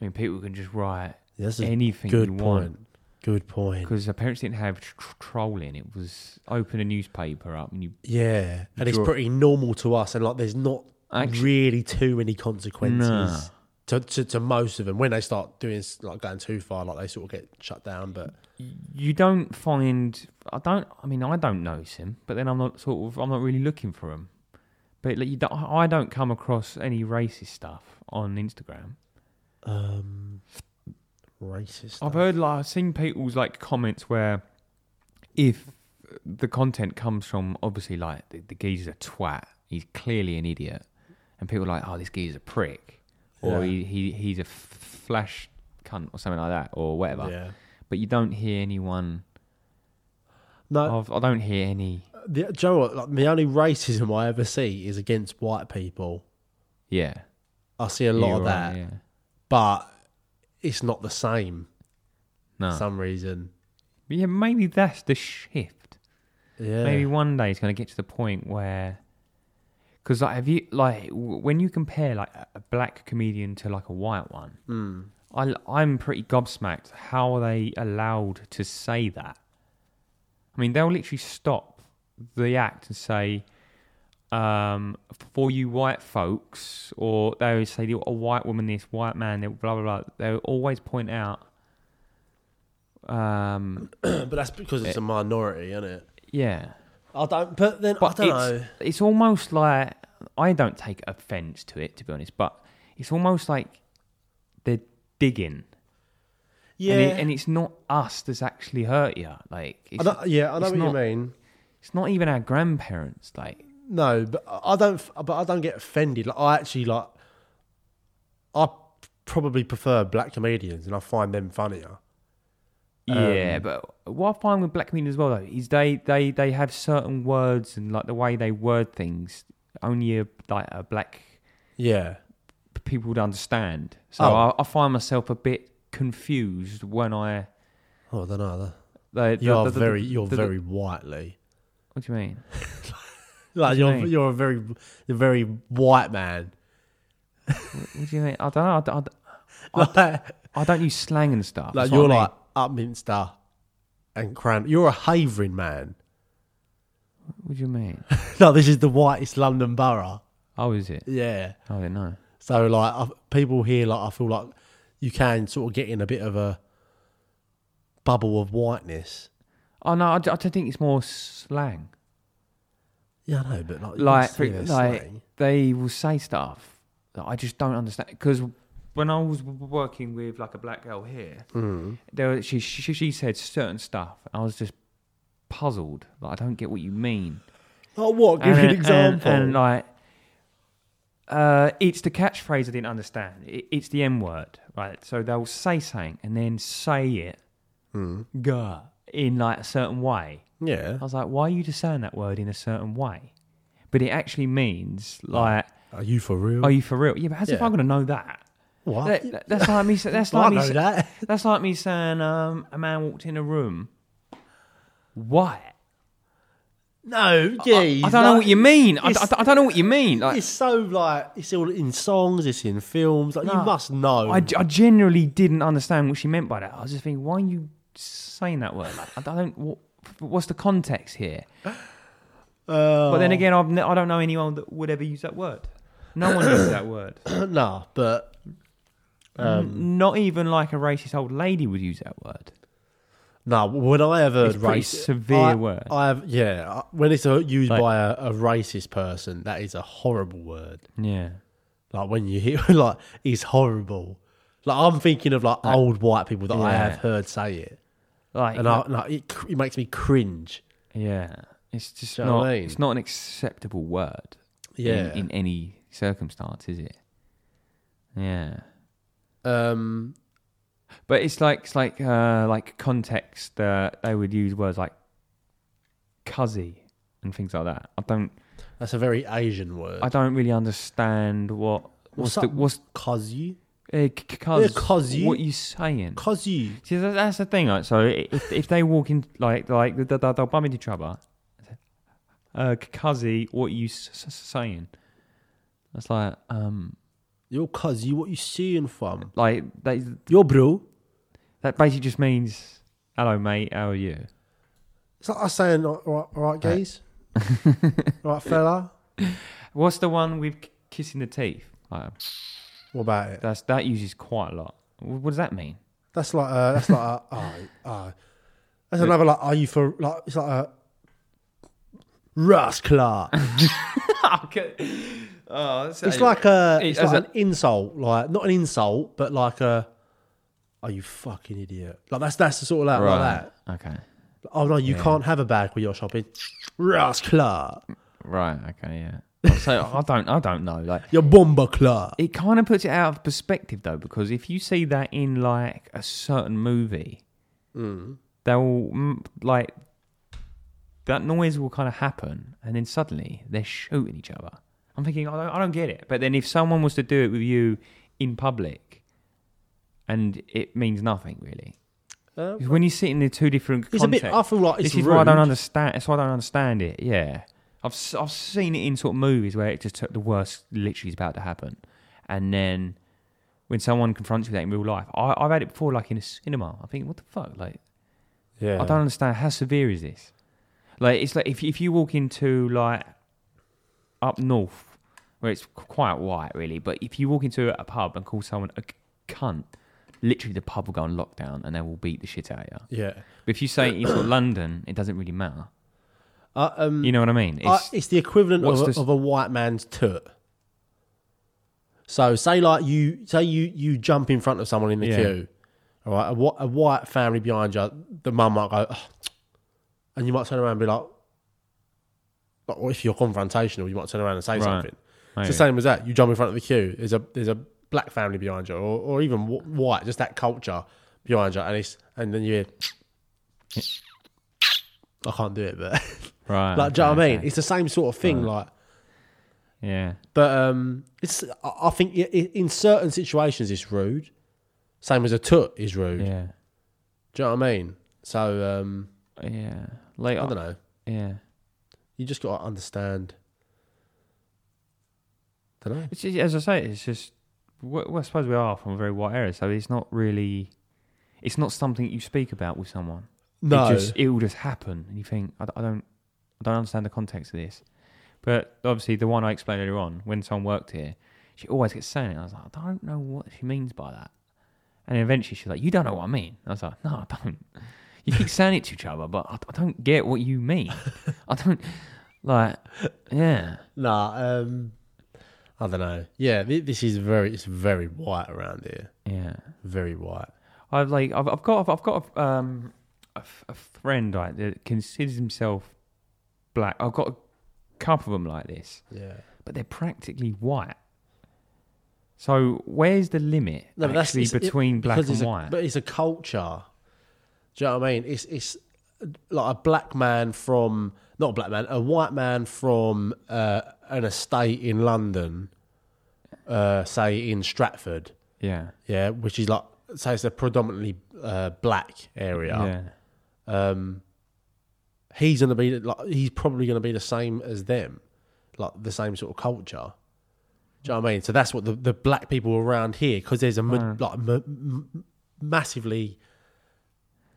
Speaker 3: I mean, people can just write
Speaker 2: This is
Speaker 3: anything
Speaker 2: good
Speaker 3: you
Speaker 2: point.
Speaker 3: want.
Speaker 2: Good point.
Speaker 3: because the parents didn't have tr- tr- trolling. It was open a newspaper up and you.
Speaker 2: Yeah, and it's
Speaker 3: Draw-
Speaker 2: pretty normal to us, and like there's not
Speaker 3: Actu-
Speaker 2: really too many consequences
Speaker 3: Nah.
Speaker 2: to, to to most of them. When they start doing s- like going too far, like they sort of get shut down. But
Speaker 3: You don't find. I don't. I mean, I don't notice him, but then I'm not sort of. I'm not really looking for him. But like, you don't, I don't come across any racist stuff on Instagram.
Speaker 2: Um, racist.
Speaker 3: I've heard like I've seen people's like comments where if the content comes from obviously like the, the geezer's a twat, he's clearly an idiot, and people are like, oh, this geezer's a prick, or
Speaker 2: Yeah.
Speaker 3: he, he he's a f- flash cunt or something like that, or whatever.
Speaker 2: Yeah.
Speaker 3: But you don't hear anyone.
Speaker 2: No,
Speaker 3: I've, I don't hear any.
Speaker 2: the, do you know what? Like, the only racism I ever see is against white people.
Speaker 3: Yeah,
Speaker 2: I see a lot
Speaker 3: You're
Speaker 2: of
Speaker 3: right,
Speaker 2: that,
Speaker 3: yeah.
Speaker 2: but it's not the same
Speaker 3: No. Ah.
Speaker 2: for some reason.
Speaker 3: yeah, maybe that's the shift.
Speaker 2: Yeah.
Speaker 3: Maybe one day it's going to get to the point where, because like, have you like w- when you compare like a- a black comedian to like a white one? I I'm pretty gobsmacked how are they allowed to say that. I mean, they'll literally stop the act and say, um, "For you white folks," or they'll say, "A white woman, this white man," they'll blah blah blah. They'll always point out. Um.
Speaker 2: *clears throat* but that's because
Speaker 3: Eh.
Speaker 2: it's a minority, isn't it?
Speaker 3: Yeah.
Speaker 2: I don't. But then
Speaker 3: But
Speaker 2: I don't
Speaker 3: it's,
Speaker 2: know.
Speaker 3: it's almost like I don't take offence to it, to be honest. But it's almost like they're digging,
Speaker 2: Yeah.
Speaker 3: and, it, and it's not us that's actually hurt you. Like,
Speaker 2: I
Speaker 3: it's,
Speaker 2: don't, yeah, I know
Speaker 3: it's
Speaker 2: what
Speaker 3: not-
Speaker 2: you mean.
Speaker 3: It's not even our grandparents. Like,
Speaker 2: No, but I don't. f- But I don't get offended. Like I actually like. I probably prefer black comedians, and I find them funnier.
Speaker 3: yeah. But what I find with black comedians as well, though, is they they they have certain words and like the way they word things. Only a, like a black
Speaker 2: Yeah.
Speaker 3: people would understand. So
Speaker 2: Oh.
Speaker 3: I, I find myself a bit confused when I.
Speaker 2: Oh, I don't know.
Speaker 3: They,
Speaker 2: You
Speaker 3: the-
Speaker 2: are
Speaker 3: the- the-
Speaker 2: very. You're
Speaker 3: the- the-
Speaker 2: very whitely.
Speaker 3: What do you mean?
Speaker 2: Like you're.
Speaker 3: mean?
Speaker 2: You're a very. You're a very white man.
Speaker 3: What do you mean? I don't know. I don't, I don't-
Speaker 2: *laughs* *laughs* Like,
Speaker 3: I don't use slang and stuff.
Speaker 2: like
Speaker 3: that's what
Speaker 2: you're
Speaker 3: I mean.
Speaker 2: like Upminster, and Cran. You're a havering *laughs* man.
Speaker 3: What do you mean?
Speaker 2: No, this is the whitest London borough.
Speaker 3: Oh, is it?
Speaker 2: Yeah.
Speaker 3: I don't know.
Speaker 2: So like I, people here, like I feel like you can sort of get in a bit of a bubble of whiteness.
Speaker 3: Oh no, I, d- I don't think it's more slang.
Speaker 2: Yeah, I know, but like, you
Speaker 3: Like,
Speaker 2: can
Speaker 3: for,
Speaker 2: see
Speaker 3: like
Speaker 2: their slang.
Speaker 3: they will say stuff that I just don't understand. Because when I was w- working with like a black girl here,
Speaker 2: Mm.
Speaker 3: there was, she, she she said certain stuff. I was just puzzled. Like I don't get what you mean.
Speaker 2: Like what? Give me an example.
Speaker 3: And, like, uh, it's the catchphrase I didn't understand. It, it's the M word, right? So they'll say something and then say it,
Speaker 2: Oh.
Speaker 3: "Gah," in like a certain way.
Speaker 2: yeah.
Speaker 3: I was like, why are you just saying that word in a certain way? But it actually means like,
Speaker 2: Are you for real?
Speaker 3: are you for real? Yeah, but how's if
Speaker 2: Oh, Yeah.
Speaker 3: I'm gonna know that?
Speaker 2: what?
Speaker 3: That- that- that's like me. sa- That's
Speaker 2: I
Speaker 3: like me.
Speaker 2: know
Speaker 3: sa-
Speaker 2: that.
Speaker 3: That's like me saying, um, a man walked in a room. What?
Speaker 2: No, geez.
Speaker 3: I don't know what you mean. I, I, I don't know what you mean. Like,
Speaker 2: It's so like it's all in songs. It's in films. Like you
Speaker 3: No.
Speaker 2: must know.
Speaker 3: I, I generally didn't understand what she meant by that. I was just thinking, why are you saying that word? Like, I don't. What, what's the context here?
Speaker 2: Uh,
Speaker 3: but
Speaker 2: Oh.
Speaker 3: then again, I've, ne- I don't know anyone that would ever use that word. No one uses
Speaker 2: *coughs*
Speaker 3: that word.
Speaker 2: *laughs* nah, but
Speaker 3: Not even like a racist old lady would use that word.
Speaker 2: No, when I ever
Speaker 3: It's pretty severe
Speaker 2: I,
Speaker 3: word.
Speaker 2: I have yeah. I- When it's uh, used
Speaker 3: Like-
Speaker 2: by a, a racist person, that is a horrible word.
Speaker 3: Yeah.
Speaker 2: Like when you hear *laughs* like it's horrible. Like I'm thinking of like, old white people that I
Speaker 3: Yeah.
Speaker 2: have heard say it,
Speaker 3: Like,
Speaker 2: and I like, it, cr- it makes me cringe.
Speaker 3: yeah, it's just
Speaker 2: Do you know
Speaker 3: not.
Speaker 2: what I mean?
Speaker 3: It's not an acceptable word.
Speaker 2: Yeah.
Speaker 3: In, in any circumstance, is it? Yeah.
Speaker 2: Um,
Speaker 3: But it's like it's like uh, like context. Uh, they would use words like "cuzzy" and things like that. I don't
Speaker 2: that's a very Asian word.
Speaker 3: I don't really understand what what's
Speaker 2: up?
Speaker 3: the, what's
Speaker 2: Cause you,
Speaker 3: uh, c- cuz,
Speaker 2: Yeah, "cuzzy."
Speaker 3: what you saying?
Speaker 2: cause you.
Speaker 3: See, that, that's the thing. Like, so i- if if they walk in like like they'll, they'll bump into trouble. Uh, c- "cuzzy," what you s- s- saying? That's like um
Speaker 2: You're cause you. What you seeing from?
Speaker 3: like they
Speaker 2: Yo, bro.
Speaker 3: that basically just means hello mate, how are you?
Speaker 2: It's like us saying, all right, all right *laughs* guys, all right, fella.
Speaker 3: What's the one with k- kissing the teeth? Like,
Speaker 2: What about it?
Speaker 3: That's that uses quite a lot. Wh- What does that *laughs* mean?
Speaker 2: That's like uh, *laughs* that's like a, oh, oh. that's another like are you for like it's like a *laughs* Rasclar.
Speaker 3: Okay. Oh, that's-
Speaker 2: It's like a
Speaker 3: It-
Speaker 2: it's
Speaker 3: as
Speaker 2: like an insult, like not an insult, but like a are you fucking idiot? Like that's that's the sort of like, like that.
Speaker 3: Okay.
Speaker 2: Oh no, you can't have a bag when you're shopping. Rasclar,
Speaker 3: Right. Okay. Yeah. So I don't. I don't know. Like
Speaker 2: your bomber clar.
Speaker 3: it kind of puts it out of perspective though, because if you see that in like a certain movie, they'll mm, like that noise will kind of happen, and then suddenly they're shooting each other. I'm thinking, I don't, I don't get it. But then if someone was to do it with you in public, and it means nothing really.
Speaker 2: Uh,
Speaker 3: Because when you sit in the two different
Speaker 2: It's a bit-
Speaker 3: contexts,
Speaker 2: I feel like it's
Speaker 3: this is why I don't
Speaker 2: rude.
Speaker 3: understand. That's why I don't understand it. Yeah, I've s- I've seen it in sort of movies where it just took the worst literally is about to happen, and then when someone confronts you with that in real life, I, I've had it before, like in a cinema. I think, what the fuck? Like,
Speaker 2: Yeah,
Speaker 3: I don't understand how severe is this? Like, it's like if if you walk into like up north where it's qu- quite white really, but if you walk into a pub and call someone a c- cunt. Literally, the pub will go on lockdown, and they will beat the shit out of you.
Speaker 2: yeah.
Speaker 3: But if you say
Speaker 2: *coughs*
Speaker 3: it's sort of London, it doesn't really matter.
Speaker 2: Uh, um,
Speaker 3: You know what I mean?
Speaker 2: Uh,
Speaker 3: It's,
Speaker 2: it's the equivalent
Speaker 3: what's
Speaker 2: of
Speaker 3: this-
Speaker 2: a, of a white man's toot. So say like you say you you jump in front of someone in the
Speaker 3: Yeah.
Speaker 2: queue, all right? A, whi- a white family behind you, the mum might go, "Oh," and you might turn around and be like, like, or if you're confrontational, you might turn around and say
Speaker 3: Right.
Speaker 2: something. It's
Speaker 3: maybe.
Speaker 2: the same as that. You jump in front of the queue. There's a there's a black family behind you, or, or even wh- white, just that culture behind you, and it's and then you hear, I can't do it, but
Speaker 3: right.
Speaker 2: like, do you know what I
Speaker 3: Oh, okay,
Speaker 2: mean?
Speaker 3: okay.
Speaker 2: It's the same sort of thing, like.
Speaker 3: yeah.
Speaker 2: But um, it's I I think i- i- in certain situations it's rude, same as a toot is rude.
Speaker 3: Yeah.
Speaker 2: Do you know what I mean? So um,
Speaker 3: Yeah. Like,
Speaker 2: I don't know.
Speaker 3: Yeah.
Speaker 2: You just got to understand. Don't know.
Speaker 3: It's just, as I say, it's just, we I suppose we are from a very white area, so it's not really, it's not something you speak about with someone.
Speaker 2: No,
Speaker 3: It, just, it will just happen. And you think, I, d- I don't, I don't understand the context of this. But obviously, the one I explained earlier on, when someone worked here, she always gets saying it. I was like, I don't know what she means by that. And eventually, she's like, You don't know what I mean. I was like, No, I don't. You keep saying it to each other, but I, I don't get what you mean. I don't, like, yeah.
Speaker 2: nah. Um, I don't know. Yeah, thi- this is very it's very white around here.
Speaker 3: Yeah.
Speaker 2: Very white.
Speaker 3: I've like I've, I've got I've got a, um a, f- a friend like that considers himself black. I've got a couple of them like this,
Speaker 2: Yeah.
Speaker 3: but they're practically white. So where's the limit actually
Speaker 2: it's- it-
Speaker 3: between black
Speaker 2: because
Speaker 3: and
Speaker 2: it's a-
Speaker 3: white?
Speaker 2: but it's a culture. Do you know what I mean? It's it's like a black man from not a black man, a white man from uh, an estate in London, uh, say in Stratford,
Speaker 3: yeah,
Speaker 2: yeah, which is like say it's a predominantly uh, black area.
Speaker 3: yeah,
Speaker 2: Um, he's gonna be like he's probably gonna be the same as them, like the same sort of culture. Do you know what I mean? So that's what the, the black people around here, because there's a ma-
Speaker 3: Mm.
Speaker 2: like ma- m- massively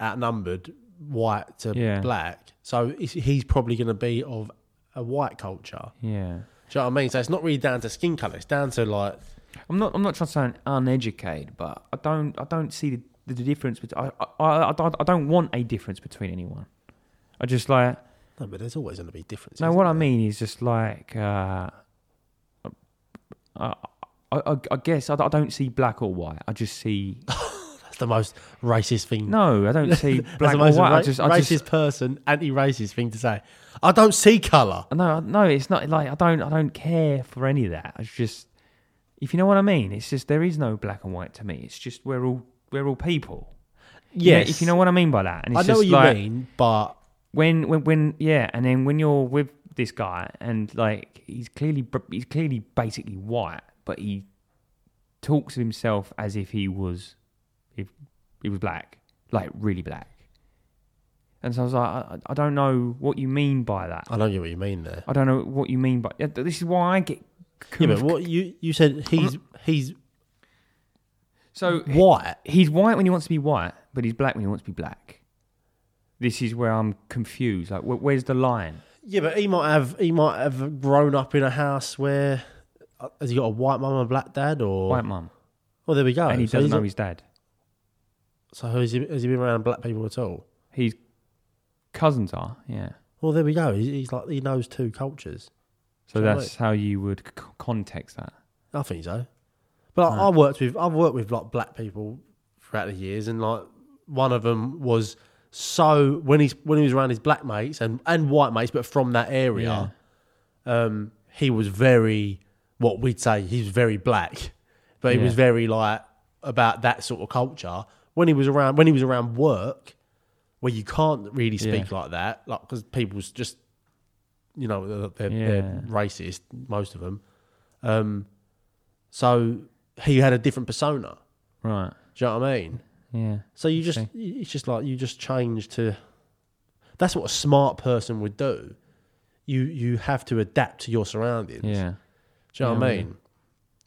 Speaker 2: outnumbered white to
Speaker 3: Yeah.
Speaker 2: black. So it's- he's probably going to be of a white culture.
Speaker 3: yeah.
Speaker 2: Do you know what I mean? So it's not really down to skin colour. It's down to like
Speaker 3: I'm not I'm not trying to sound uneducated, but I don't I don't see the, the, difference. Bet- I, I, I, I don't- I don't want a difference between anyone. I just like
Speaker 2: no, but there's always going to be differences.
Speaker 3: No, what I mean is just like uh, I, I, I, I guess I, I don't see black or white. I just
Speaker 2: *laughs*
Speaker 3: see
Speaker 2: that's the most racist thing.
Speaker 3: no. I don't see
Speaker 2: that's
Speaker 3: black
Speaker 2: the
Speaker 3: or
Speaker 2: most
Speaker 3: white.
Speaker 2: ra-
Speaker 3: I just, I
Speaker 2: racist
Speaker 3: just
Speaker 2: person, anti-racist thing to say. I don't see colour.
Speaker 3: no, no. It's not like I don't, I don't care for any of that. It's just if you know what I mean. It's just there is no black and white to me. It's just we're all we're all people. You know,
Speaker 2: Yes,
Speaker 3: if you know what I mean by that, and it's
Speaker 2: I know
Speaker 3: just
Speaker 2: what you
Speaker 3: like,
Speaker 2: mean, but
Speaker 3: when when when yeah, and then when you're with this guy and like he's clearly br- he's clearly basically white, but he talks of himself as if he was if he was black, like really black. And so I was like, I, I don't know what you mean by that.
Speaker 2: I don't get what you mean there.
Speaker 3: I don't know what you mean by yeah, th- this is why I get.
Speaker 2: Yeah, but
Speaker 3: conf-
Speaker 2: what you you said he's he's
Speaker 3: so
Speaker 2: white.
Speaker 3: he's white when he wants to be white, but he's black when he wants to be black. This is where I'm confused. Like, wh- where's the line?
Speaker 2: Yeah, but he might have he might have grown up in a house where uh, has he got a white mum and a black dad or
Speaker 3: White mum,
Speaker 2: well there we go.
Speaker 3: and he
Speaker 2: Oh, so
Speaker 3: doesn't
Speaker 2: he's
Speaker 3: know
Speaker 2: not-
Speaker 3: his dad.
Speaker 2: so has he has he been around black people at all?
Speaker 3: His cousins are, yeah.
Speaker 2: Well, there we go. He's, he's like he knows two cultures.
Speaker 3: So
Speaker 2: Shall
Speaker 3: that's how you would c- c- context that.
Speaker 2: I think so. But I, I worked with I've worked with like black people throughout the years, and like one of them was so when he's when he was around his black mates and and white mates, but from that area, um, he was very what we'd say he was very black, but he was
Speaker 3: Yeah.
Speaker 2: very like about that sort of culture. When he was around when he was around work, where you can't really speak like that, like because people's just you know they're, they're,
Speaker 3: Yeah.
Speaker 2: they're racist, most of them. Um, so he had a different persona.
Speaker 3: Right.
Speaker 2: Do you know what I mean?
Speaker 3: Yeah.
Speaker 2: So you just
Speaker 3: Okay.
Speaker 2: y- it's just like you just change to. That's what a smart person would do. You you have to adapt to your surroundings.
Speaker 3: Yeah.
Speaker 2: Do you know
Speaker 3: Yeah,
Speaker 2: what I
Speaker 3: yeah.
Speaker 2: mean?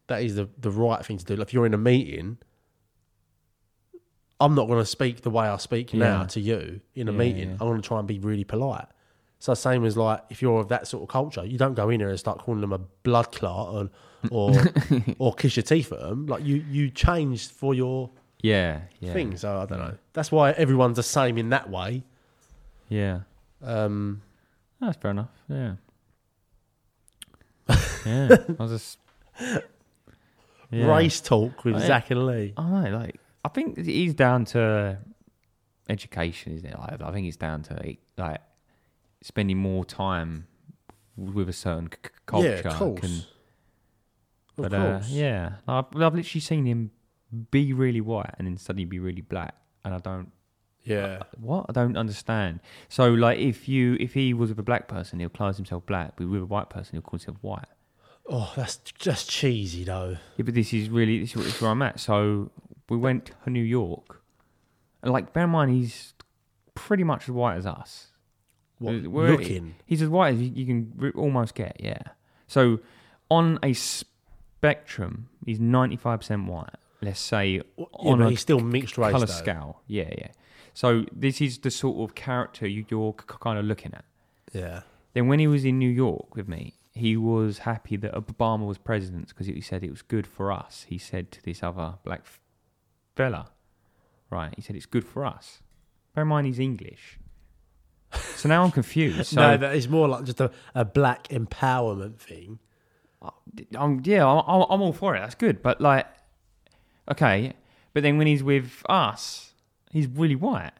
Speaker 2: That is the, the right thing to do. Like if you're in a meeting, I'm not going to speak the way I speak now
Speaker 3: Yeah.
Speaker 2: to you in a
Speaker 3: Yeah,
Speaker 2: meeting.
Speaker 3: yeah.
Speaker 2: I'm going to try and be really polite. So same as like if you're of that sort of culture, you don't go in there and start calling them a blood clot or
Speaker 3: *laughs*
Speaker 2: or, or kiss your teeth at them. Like you you changed for your
Speaker 3: Yeah. Yeah.
Speaker 2: thing. So I don't know. That's why everyone's the same in that way.
Speaker 3: Yeah.
Speaker 2: Um,
Speaker 3: That's fair enough. Yeah.
Speaker 2: *laughs*
Speaker 3: yeah. I was just. Yeah.
Speaker 2: Race talk with
Speaker 3: Oh, yeah.
Speaker 2: Zach and Lee.
Speaker 3: I don't know, like I think he's down to education, isn't it? Like, I think it's down to like spending more time with a certain c- c- culture.
Speaker 2: yeah, of course.
Speaker 3: can-
Speaker 2: Of
Speaker 3: but uh,
Speaker 2: course.
Speaker 3: yeah, I've, I've literally seen him be really white and then suddenly be really black, and I don't
Speaker 2: yeah.
Speaker 3: what I don't understand. So like if you if he was with a black person, he'll class himself black, but with a white person, he'll call himself white.
Speaker 2: Oh, that's just cheesy though.
Speaker 3: Yeah, but this is really this is, this is where I'm at. So we went to New York, and like bear in mind he's pretty much as white as us.
Speaker 2: What,
Speaker 3: We're-
Speaker 2: looking?
Speaker 3: he's as white as you, you can re- almost get. Yeah. So on a spectrum, he's 95% white. Let's say
Speaker 2: Yeah,
Speaker 3: on
Speaker 2: but
Speaker 3: a
Speaker 2: he's still mixed race.
Speaker 3: color
Speaker 2: though.
Speaker 3: scale. Yeah, yeah. So this is the sort of character you, you're kind of looking at.
Speaker 2: Yeah.
Speaker 3: Then when he was in New York with me, he was happy that Obama was president because he said it was good for us. He said to this other black f- fella, right? He said it's good for us. Bear in mind he's English. So now I'm confused. So
Speaker 2: no, but it's more like just a, a black empowerment thing.
Speaker 3: I'm, yeah, I'm, I'm I'm all for it. That's good. But like, okay. But then when he's with us, he's really white.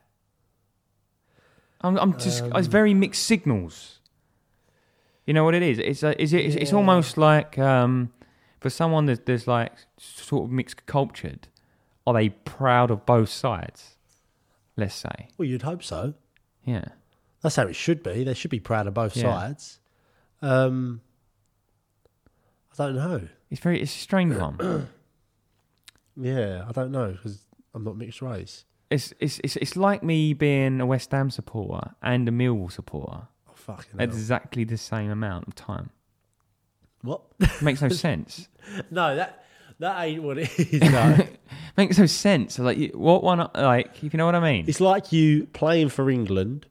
Speaker 3: I'm, I'm just. it's very mixed signals. You know what it is? It's a, is it? It's, it's almost like um, for someone that's, that's like sort of mixed cultured, are they proud of both sides? Let's say,
Speaker 2: Well, you'd hope so.
Speaker 3: yeah,
Speaker 2: That's how it should be. They should be proud of both
Speaker 3: Yeah.
Speaker 2: sides. Um, I don't know.
Speaker 3: it's very it's a strange one.
Speaker 2: Yeah, I don't know because I'm not mixed race.
Speaker 3: It's, it's it's it's like me being a West Ham supporter and a Millwall supporter.
Speaker 2: Oh, fucking hell.
Speaker 3: exactly the same amount of time.
Speaker 2: what? *laughs*
Speaker 3: Makes no sense.
Speaker 2: no, that that ain't what it
Speaker 3: *laughs*
Speaker 2: is. No.
Speaker 3: Makes no sense. Like you- what one? Like if you know what I mean?
Speaker 2: it's like you playing for England.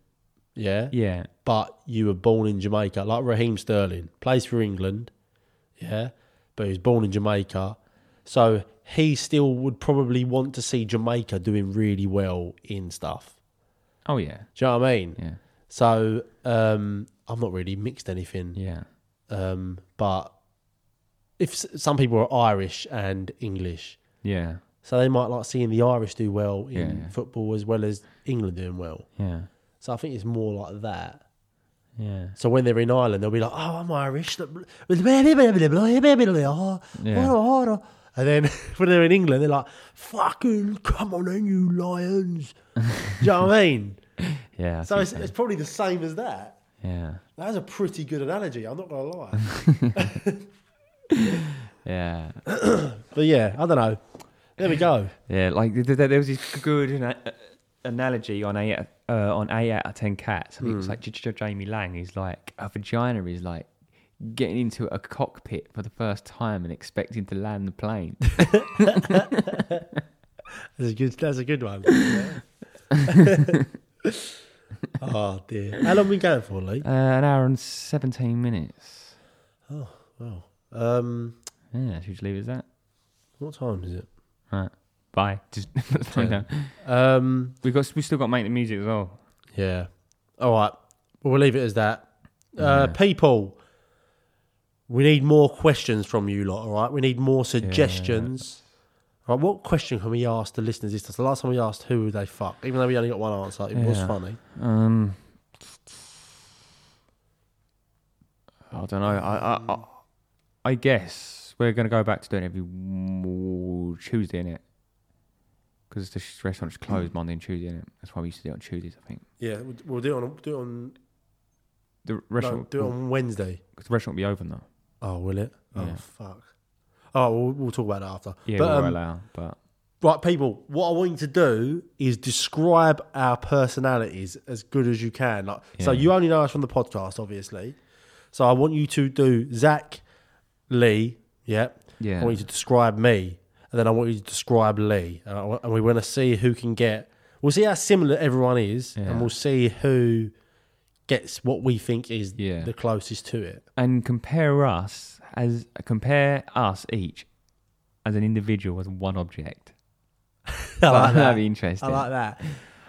Speaker 2: Yeah.
Speaker 3: yeah,
Speaker 2: but you were born in Jamaica, like Raheem Sterling, plays for England, yeah, but he was born in Jamaica. So he still would probably want to see Jamaica doing really well in stuff.
Speaker 3: oh yeah,
Speaker 2: Do you know what I mean?
Speaker 3: yeah,
Speaker 2: So um, I'm not really mixed anything,
Speaker 3: yeah,
Speaker 2: um, but if s- some people are Irish and English,
Speaker 3: yeah,
Speaker 2: so they might like seeing the Irish do well in
Speaker 3: Yeah, yeah.
Speaker 2: football as well as England doing well.
Speaker 3: yeah,
Speaker 2: So I think it's more like that.
Speaker 3: yeah.
Speaker 2: So when they're in Ireland, they'll be like, "Oh, I'm Irish," and oh, then *laughs* when they're in England, they're like, "Fucking come on, in, you lions!" *laughs* Do you know what I mean?
Speaker 3: yeah I
Speaker 2: So
Speaker 3: think
Speaker 2: it's, it's probably the same as that.
Speaker 3: yeah,
Speaker 2: That was a pretty good analogy. I'm not gonna lie.
Speaker 3: yeah,
Speaker 2: but yeah, I don't know. There we go.
Speaker 3: yeah. Like th- th- there was this good ana- uh, analogy on eight uh, on eight out of ten cats. I think
Speaker 2: Hmm.
Speaker 3: it's like J- J- Jamie Lang is like a vagina is like getting into a cockpit for the first time and expecting to land the
Speaker 2: *laughs*
Speaker 3: plane. Uh,
Speaker 2: That's a good. That's a good one. *laughs* oh dear. How long we going for, Lee?
Speaker 3: Uh, an hour and 17 minutes.
Speaker 2: Well, um,
Speaker 3: Yeah, should we just leave it as that?
Speaker 2: what time is it?
Speaker 3: Right. Bye. *laughs* Just no.
Speaker 2: Um,
Speaker 3: we got we still got to make the music as well.
Speaker 2: Yeah. All right. Well, we'll leave it as that. Uh, People, we need more questions from you lot, all right? We need more suggestions. All right, what question can we ask the listeners? This is the last time we asked who would they fuck, even though we only got one answer. It was
Speaker 3: Yeah.
Speaker 2: funny.
Speaker 3: Um, I don't know. I I, I, I guess we're gonna go back to doing it every w- Tuesday, innit? Because the sh- restaurant's closed Monday and Tuesday, innit? That's why we used to do it on Tuesdays, I think.
Speaker 2: Yeah, we'll, we'll do it on do it on
Speaker 3: The
Speaker 2: no,
Speaker 3: restaurant,
Speaker 2: do it on Wednesday.
Speaker 3: cause the restaurant will be open though.
Speaker 2: Oh, will it?
Speaker 3: Yeah.
Speaker 2: Oh fuck. Oh, we'll, we'll talk about that after.
Speaker 3: Yeah,
Speaker 2: but,
Speaker 3: we'll
Speaker 2: um,
Speaker 3: allow. But
Speaker 2: Right, people, what I want you to do is describe our personalities as good as you can. Like, So
Speaker 3: Yeah.
Speaker 2: you only know us from the podcast, obviously. So I want you to do Zach, Lee, yeah.
Speaker 3: Yeah.
Speaker 2: I want you to describe me, and then I want you to describe Lee. And, I wa- and we want to see who can get. We'll see how similar everyone is,
Speaker 3: Yeah.
Speaker 2: and we'll see who gets what we think is
Speaker 3: Yeah.
Speaker 2: the closest to it. *laughs*
Speaker 3: and compare us as compare us each as an individual as one object.
Speaker 2: I like that.
Speaker 3: That'd be interesting.
Speaker 2: I like that.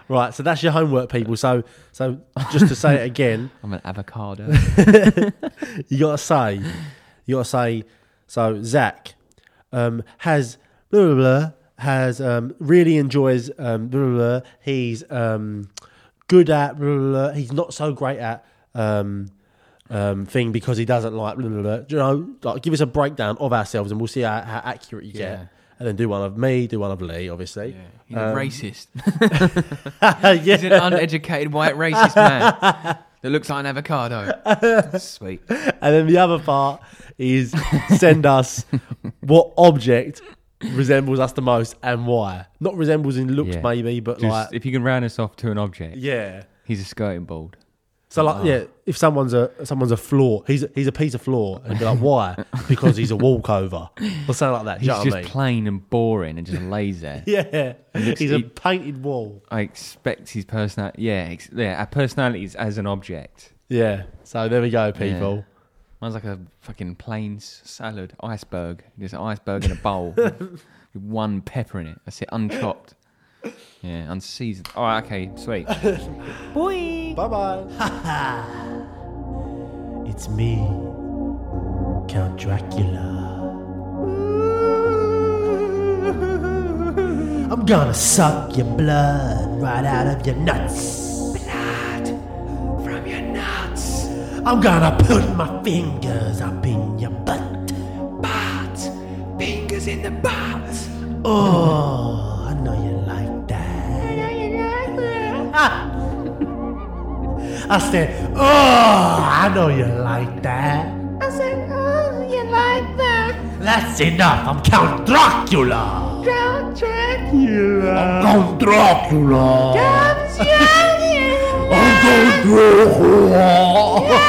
Speaker 2: Right, so that's your homework, people. So, so just to say it again.
Speaker 3: I'm an
Speaker 2: *laughs*
Speaker 3: avocado.
Speaker 2: you gotta say, you gotta say. So Zach um, has blah blah blah has um, really enjoys um, blah, blah blah. He's um, good at blah, blah blah. He's not so great at um, um, thing because he doesn't like blah blah blah. You know, like give us a breakdown of ourselves and we'll see how, how accurate you
Speaker 3: Yeah.
Speaker 2: get. And then do one of me, do one of Lee, obviously.
Speaker 3: He's
Speaker 2: Um, *laughs*
Speaker 3: a racist.
Speaker 2: Yeah.
Speaker 3: He's an uneducated white racist man that looks like an avocado.
Speaker 2: *laughs*
Speaker 3: Sweet.
Speaker 2: And then the other part is send us what object resembles us the most and why. Not resembles in looks,
Speaker 3: Yeah.
Speaker 2: maybe, but
Speaker 3: Just,
Speaker 2: like
Speaker 3: if you can round us off to an object,
Speaker 2: yeah.
Speaker 3: he's a skirting board.
Speaker 2: So
Speaker 3: Ah.
Speaker 2: like yeah, if someone's a someone's a floor, he's he's a piece of floor, and be like,
Speaker 3: *laughs*
Speaker 2: why? Because he's a walkover or something like that. Do
Speaker 3: He's
Speaker 2: you know what
Speaker 3: just
Speaker 2: I mean?
Speaker 3: plain and
Speaker 2: *laughs*
Speaker 3: boring and just lays there.
Speaker 2: yeah, he's a
Speaker 3: he-
Speaker 2: painted wall.
Speaker 3: I expect his personality. Yeah, ex- yeah. Our personalities as an object.
Speaker 2: Yeah. So there we go, people.
Speaker 3: Mine's like a fucking plain s- salad iceberg. Just an iceberg in a bowl
Speaker 2: *laughs*
Speaker 3: with one pepper in it. That's it, unchopped. Yeah, unseasoned. All right, okay, sweet.
Speaker 1: Boing.
Speaker 2: Bye bye. it's me, Count *laughs* Dracula. I'm gonna suck your blood right out of your nuts. Blood from your nuts. I'm gonna put my fingers up in your butt. Butt. Fingers in the butt. Oh, I know you like that. Ah. I know you like that. I said, oh, I know you like that. I said, oh, you like that. That's enough. I'm Count Dracula. Count Dracula. I'm Count Dracula. Count Dracula. I'm Count Dracula.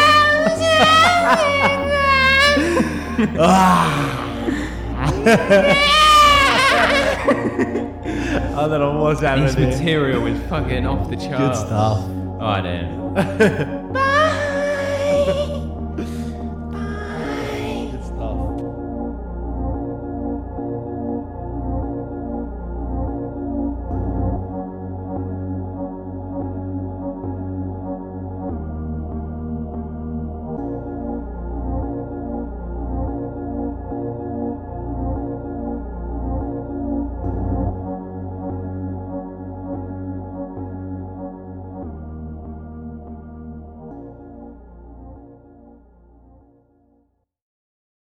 Speaker 2: Ah. I don't know what's happening.
Speaker 3: This material is fucking off the charts.
Speaker 2: Good stuff.
Speaker 3: All right, then. *laughs*